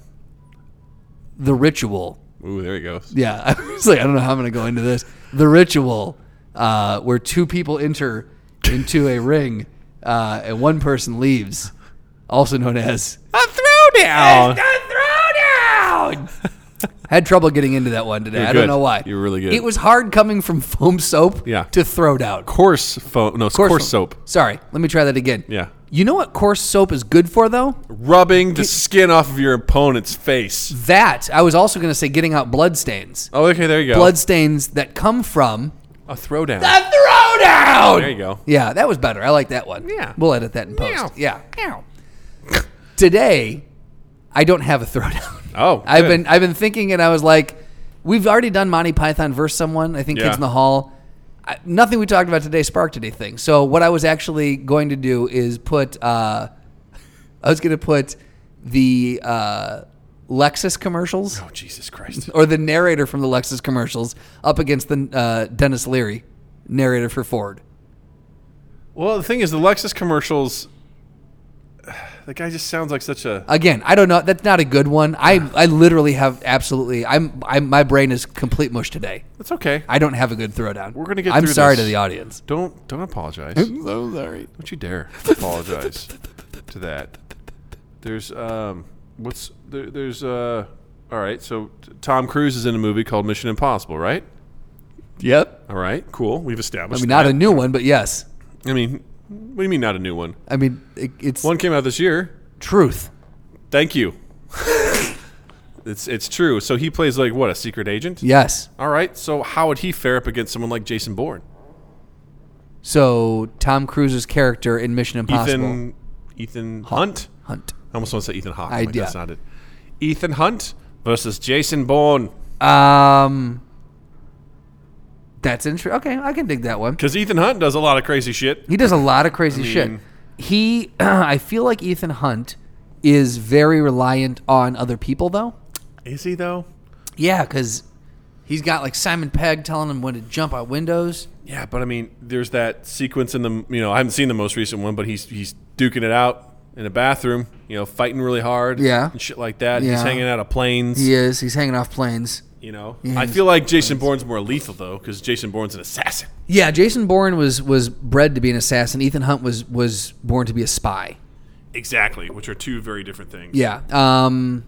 Speaker 1: The ritual.
Speaker 2: Ooh, there he goes.
Speaker 1: Yeah, I was like, I don't know how I'm gonna go into this. The ritual, uh, where two people enter into a ring, uh, and one person leaves, also known as
Speaker 2: A throwdown.
Speaker 1: Had trouble getting into that one today.
Speaker 2: You're
Speaker 1: I
Speaker 2: good.
Speaker 1: don't know why.
Speaker 2: You're really good.
Speaker 1: It was hard coming from foam soap
Speaker 2: Yeah.
Speaker 1: to throw down.
Speaker 2: Coarse foam. No, coarse, soap.
Speaker 1: Sorry, let me try that again.
Speaker 2: Yeah.
Speaker 1: You know what coarse soap is good for though?
Speaker 2: Rubbing the skin off of your opponent's face.
Speaker 1: That I was also going to say getting out blood stains.
Speaker 2: Oh, okay. There you go.
Speaker 1: Blood stains that come from
Speaker 2: A
Speaker 1: a
Speaker 2: throwdown.
Speaker 1: throwdown.
Speaker 2: there you go.
Speaker 1: Yeah, that was better. I like that one.
Speaker 2: Oh. Yeah.
Speaker 1: We'll edit that in post. Yeah. Today, I don't have a throwdown.
Speaker 2: Oh,
Speaker 1: I've
Speaker 2: good. Oh,
Speaker 1: been I've been thinking and I was like, We've already done Monty Python versus someone. I think
Speaker 2: Yeah.
Speaker 1: Kids in the Hall. I, nothing we talked about today sparked anything. So what I was actually going to do is put. Uh, I was going to put the uh, Lexus commercials
Speaker 2: Oh Jesus Christ!
Speaker 1: or the narrator from the Lexus commercials up against the uh, Dennis Leary narrator for Ford.
Speaker 2: Well, the thing is, the Lexus commercials. The guy just sounds like such a.
Speaker 1: Again, I don't know. That's not a good one. I,
Speaker 2: Ah.
Speaker 1: I literally have absolutely. I'm, I'm my brain is complete mush today.
Speaker 2: It's okay.
Speaker 1: I don't have a good throwdown.
Speaker 2: We're gonna get
Speaker 1: I'm
Speaker 2: through
Speaker 1: sorry
Speaker 2: this.
Speaker 1: to the audience.
Speaker 2: Don't don't apologize. Don't you dare apologize to that. There's um what's there, there's uh all right. So t- Tom Cruise is in a movie called Mission Impossible, right?
Speaker 1: Yep.
Speaker 2: All right, cool. We've
Speaker 1: I
Speaker 2: established.
Speaker 1: mean, not
Speaker 2: that.
Speaker 1: a new one, but yes.
Speaker 2: I mean, what do you mean not a new one?
Speaker 1: I mean, it, it's
Speaker 2: One came out this year.
Speaker 1: truth.
Speaker 2: Thank you. it's it's true. So he plays like what a secret agent.
Speaker 1: Yes.
Speaker 2: All right. So how would he fare up against someone like Jason Bourne?
Speaker 1: So Tom Cruise's character in Mission Impossible.
Speaker 2: Ethan Ethan Hunt.
Speaker 1: Hunt.
Speaker 2: I almost want to say Ethan Hawke.
Speaker 1: I-
Speaker 2: like,
Speaker 1: yeah.
Speaker 2: That's not it. Ethan Hunt versus Jason Bourne.
Speaker 1: Um. That's interesting. Okay, I can dig that one.
Speaker 2: Because Ethan Hunt does a lot of crazy shit.
Speaker 1: He does a lot of crazy
Speaker 2: mean-
Speaker 1: shit. He, I feel like Ethan Hunt is very reliant on other people, though.
Speaker 2: Is he, though?
Speaker 1: Yeah, because he's got like Simon Pegg telling him when to jump out windows.
Speaker 2: Yeah, but I mean, there's that sequence in the, you know, I haven't seen the most recent one, but he's he's duking it out in a bathroom, you know, fighting really hard.
Speaker 1: Yeah.
Speaker 2: And shit like that. He's
Speaker 1: Yeah.
Speaker 2: hanging out of planes,
Speaker 1: He is. He's hanging off planes.
Speaker 2: you know. I feel like Jason Bourne's more lethal, though, because Jason Bourne's an assassin.
Speaker 1: Yeah, Jason Bourne was was bred to be an assassin. Ethan Hunt was was born to be a spy.
Speaker 2: Exactly, which are two very different things.
Speaker 1: Yeah. Um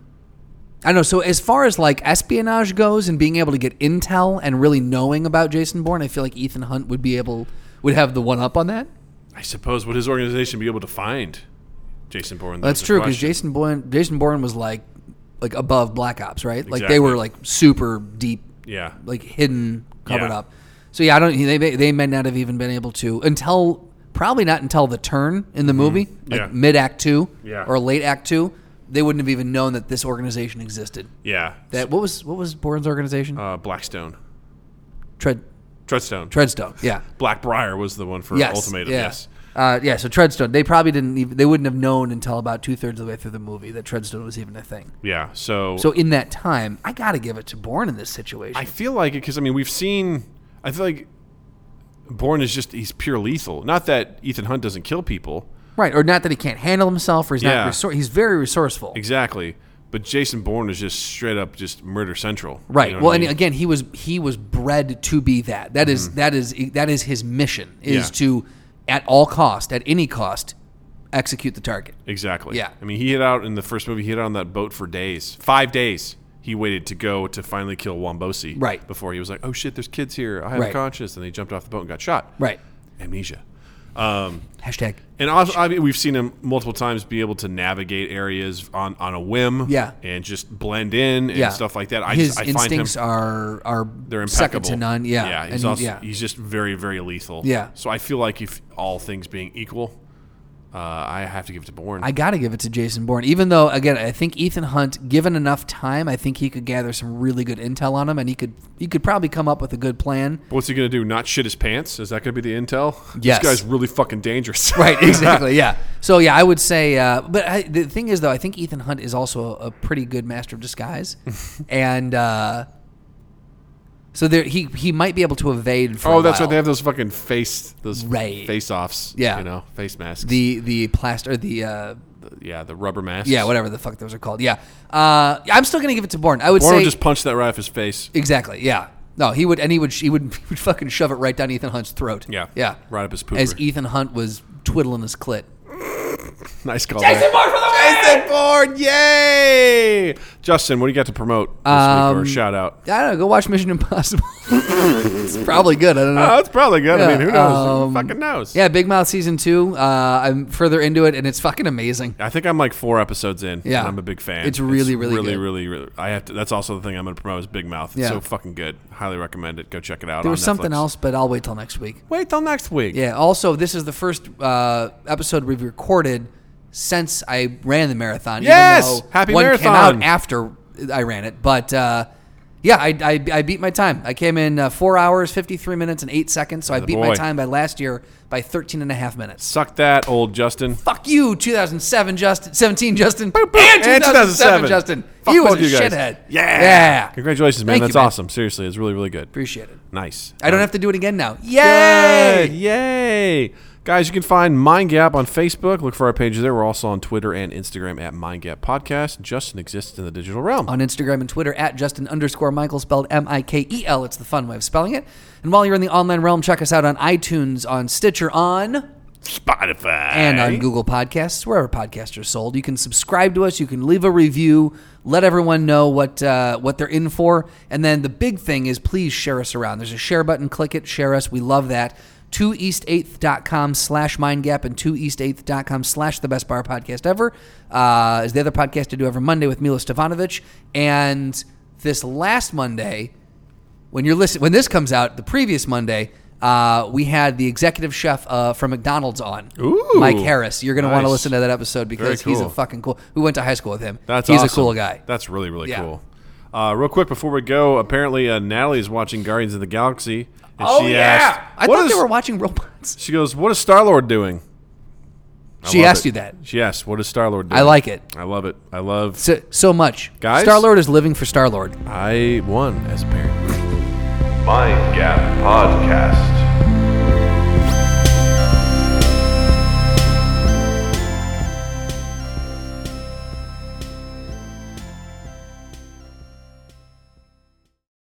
Speaker 1: I don't know. So as far as like espionage goes and being able to get intel and really knowing about Jason Bourne, I feel like Ethan Hunt would be able would have the one up on that.
Speaker 2: I suppose, would his organization be able to find Jason Bourne?
Speaker 1: That's
Speaker 2: There's a
Speaker 1: true because
Speaker 2: question.
Speaker 1: Jason Bourne Jason Bourne was like like above Black Ops, right? Like they were like super deep,
Speaker 2: Yeah.
Speaker 1: like hidden, covered
Speaker 2: Yeah.
Speaker 1: up. So yeah, I don't. They may- they may not have even been able to until probably not until the turn in the movie, like
Speaker 2: Mm-hmm. Yeah.
Speaker 1: mid Act Two
Speaker 2: Yeah.
Speaker 1: or late Act Two, they wouldn't have even known that this organization existed.
Speaker 2: Yeah.
Speaker 1: That what was what was Bourne's organization?
Speaker 2: uh, Blackstone.
Speaker 1: Tread
Speaker 2: Treadstone.
Speaker 1: Treadstone. Yeah.
Speaker 2: Blackbriar was the one for
Speaker 1: Yes.
Speaker 2: Ultimatum.
Speaker 1: yeah.
Speaker 2: Yes.
Speaker 1: Uh, yeah, so Treadstone, they probably didn't even, they wouldn't have known until about two thirds of the way through the movie that Treadstone was even a thing.
Speaker 2: Yeah. So,
Speaker 1: So in that time, I got to give it to Bourne in this situation.
Speaker 2: I feel like it because I mean we've seen. I feel like Bourne is just he's pure lethal. Not that Ethan Hunt doesn't kill people
Speaker 1: right, or not that he can't handle himself, or he's
Speaker 2: Yeah.
Speaker 1: not resor- he's very resourceful.
Speaker 2: exactly, but Jason Bourne is just straight up just murder central. You
Speaker 1: Right.
Speaker 2: know
Speaker 1: well,
Speaker 2: what I
Speaker 1: and
Speaker 2: mean? Mm-hmm.
Speaker 1: again, he was he was bred to be that. That is- that is that is his mission is
Speaker 2: Yeah.
Speaker 1: to at all cost, at any cost, execute the target.
Speaker 2: exactly.
Speaker 1: Yeah.
Speaker 2: I mean he hit out in the first movie. He hit out on that boat for days. Five days. He waited to go to finally kill Wambosi.
Speaker 1: Right.
Speaker 2: Before he was like, oh shit, there's kids here. I have
Speaker 1: Right.
Speaker 2: a conscience, and they jumped off the boat and got shot.
Speaker 1: Right.
Speaker 2: Amnesia. Um,
Speaker 1: Hashtag.
Speaker 2: And also, I mean, we've seen him multiple times be able to navigate areas on, on a whim,
Speaker 1: Yeah.
Speaker 2: and just blend in and
Speaker 1: Yeah.
Speaker 2: stuff like that. I
Speaker 1: His
Speaker 2: just, I
Speaker 1: instincts
Speaker 2: find him
Speaker 1: are are
Speaker 2: they're
Speaker 1: second
Speaker 2: impeccable,
Speaker 1: to none. Yeah.
Speaker 2: yeah.
Speaker 1: And
Speaker 2: He's
Speaker 1: he-
Speaker 2: also
Speaker 1: yeah.
Speaker 2: he's just very very lethal.
Speaker 1: Yeah.
Speaker 2: So I feel like if all things being equal, uh, I have to give it to Bourne.
Speaker 1: I got to give it to Jason Bourne, even though again I think Ethan Hunt, given enough time, I think he could gather some really good intel on him, and he could he could probably come up with a good plan.
Speaker 2: What's he gonna do? Not shit his pants? Is that gonna be the intel?
Speaker 1: Yes.
Speaker 2: This guy's really fucking dangerous.
Speaker 1: Right, exactly. Yeah. So yeah, I would say, uh, but I, the thing is though, I think Ethan Hunt is also a, a pretty good master of disguise, and uh, so there he he might be able to evade. For
Speaker 2: oh,
Speaker 1: a
Speaker 2: that's
Speaker 1: while.
Speaker 2: right. They have those fucking face those
Speaker 1: Right.
Speaker 2: face offs.
Speaker 1: Yeah.
Speaker 2: You know, face masks.
Speaker 1: the the plaster the. Uh,
Speaker 2: yeah, the rubber masks.
Speaker 1: yeah, whatever the fuck those are called. Yeah, uh, I'm still gonna give it to Bourne. I would
Speaker 2: Bourne
Speaker 1: say
Speaker 2: would just punch that right off his face.
Speaker 1: Exactly. Yeah. No, he would, and he would, he would, he would fucking shove it right down Ethan Hunt's throat.
Speaker 2: Yeah.
Speaker 1: Yeah.
Speaker 2: Right up his pooper.
Speaker 1: As Ethan Hunt was twiddling his clit.
Speaker 2: Nice call.
Speaker 5: Jason
Speaker 2: there.
Speaker 5: Bourne for the win!
Speaker 2: Jason Bourne, yay! Justin, what do you got to promote this week or a
Speaker 1: Um,
Speaker 2: shout out?
Speaker 1: I don't know. Go watch Mission Impossible. it's probably good. I don't know.
Speaker 2: Oh, that's probably good. I mean, who knows?
Speaker 1: um,
Speaker 2: who fucking knows?
Speaker 1: yeah, Big Mouth season two. Uh, I'm further into it, and it's fucking amazing.
Speaker 2: I think I'm like four episodes in.
Speaker 1: Yeah.
Speaker 2: and I'm a big fan.
Speaker 1: It's really, really
Speaker 2: really,
Speaker 1: good.
Speaker 2: really, really- I have to. That's also the thing I'm going to promote is Big Mouth. It's
Speaker 1: Yeah.
Speaker 2: so fucking good. Highly recommend it. Go check it out.
Speaker 1: There
Speaker 2: on
Speaker 1: was something
Speaker 2: Netflix.
Speaker 1: else, but I'll wait till next week.
Speaker 2: Wait till next week.
Speaker 1: Yeah. Also, this is the first uh, episode we've recorded since I ran the marathon. even
Speaker 2: Yes!
Speaker 1: though
Speaker 2: Happy
Speaker 1: one
Speaker 2: marathon!
Speaker 1: Came out after I ran it, but uh, Yeah, I, I, I beat my time. I came in uh, 4 hours, 53 minutes, and 8 seconds. So I beat my
Speaker 2: boy.
Speaker 1: time by last year by 13 and a half minutes.
Speaker 2: Suck that, old Justin.
Speaker 1: Fuck you, 2007 Justin, 17 Justin, and 2007,
Speaker 2: And 2007.
Speaker 1: Justin.
Speaker 2: Fuck
Speaker 1: he was
Speaker 2: both
Speaker 1: a
Speaker 2: you guys.
Speaker 1: shithead.
Speaker 2: Yeah.
Speaker 1: Yeah.
Speaker 2: Congratulations, man.
Speaker 1: Thank you,
Speaker 2: That's awesome. Seriously, it's really, really good.
Speaker 1: Appreciate it.
Speaker 2: Nice.
Speaker 1: I don't have to do it again now.
Speaker 2: Yay!
Speaker 1: Yay!
Speaker 2: Yay! Guys, you can find Mind Gap on Facebook. Look for our pages there. We're also on Twitter and Instagram at Mind Gap Podcast. Justin exists in the digital realm.
Speaker 1: On Instagram and Twitter at Justin underscore Michael, spelled M I K E L. It's the fun way of spelling it. And while you're in the online realm, check us out on iTunes, on Stitcher, on
Speaker 2: Spotify.
Speaker 1: and on Google Podcasts, wherever podcasts are sold. You can subscribe to us. You can leave a review. Let everyone know what uh, what they're in for. And then the big thing is please share us around. There's a share button. Click it. Share us. We love that. 2east8th.com slash mindgap and 2east8th.com slash the best bar podcast ever uh, is the other podcast I do every Monday with Milo Stefanovic. And this last Monday, when you're listening, when this comes out, the previous Monday, uh, we had the executive chef uh, from McDonald's on,
Speaker 2: Ooh.
Speaker 1: Mike Harris. You're going to want to
Speaker 2: Nice.
Speaker 1: listen to that episode because
Speaker 2: Very
Speaker 1: he's a
Speaker 2: cool.
Speaker 1: fucking cool. We went to high school with him.
Speaker 2: That's
Speaker 1: he's a
Speaker 2: awesome.
Speaker 1: cool guy.
Speaker 2: That's really really
Speaker 1: Yeah.
Speaker 2: cool. Uh, real quick before we go, apparently uh, Natalie is watching Guardians of the Galaxy, and
Speaker 5: Oh,
Speaker 2: she
Speaker 5: yeah!
Speaker 2: asked,
Speaker 1: I
Speaker 2: "What
Speaker 1: thought
Speaker 2: is-"
Speaker 1: they were watching robots.
Speaker 2: She goes, "What is Star Lord doing?" I
Speaker 1: She
Speaker 2: love
Speaker 1: asked
Speaker 2: it.
Speaker 1: you that.
Speaker 2: She asked, "What is Star Lord doing?"
Speaker 1: I like it
Speaker 2: I love it. I love.
Speaker 1: so, so much.
Speaker 2: Guys?
Speaker 1: Star Lord is living for Star Lord.
Speaker 2: I won as a parent.
Speaker 7: Mind Gap Podcast.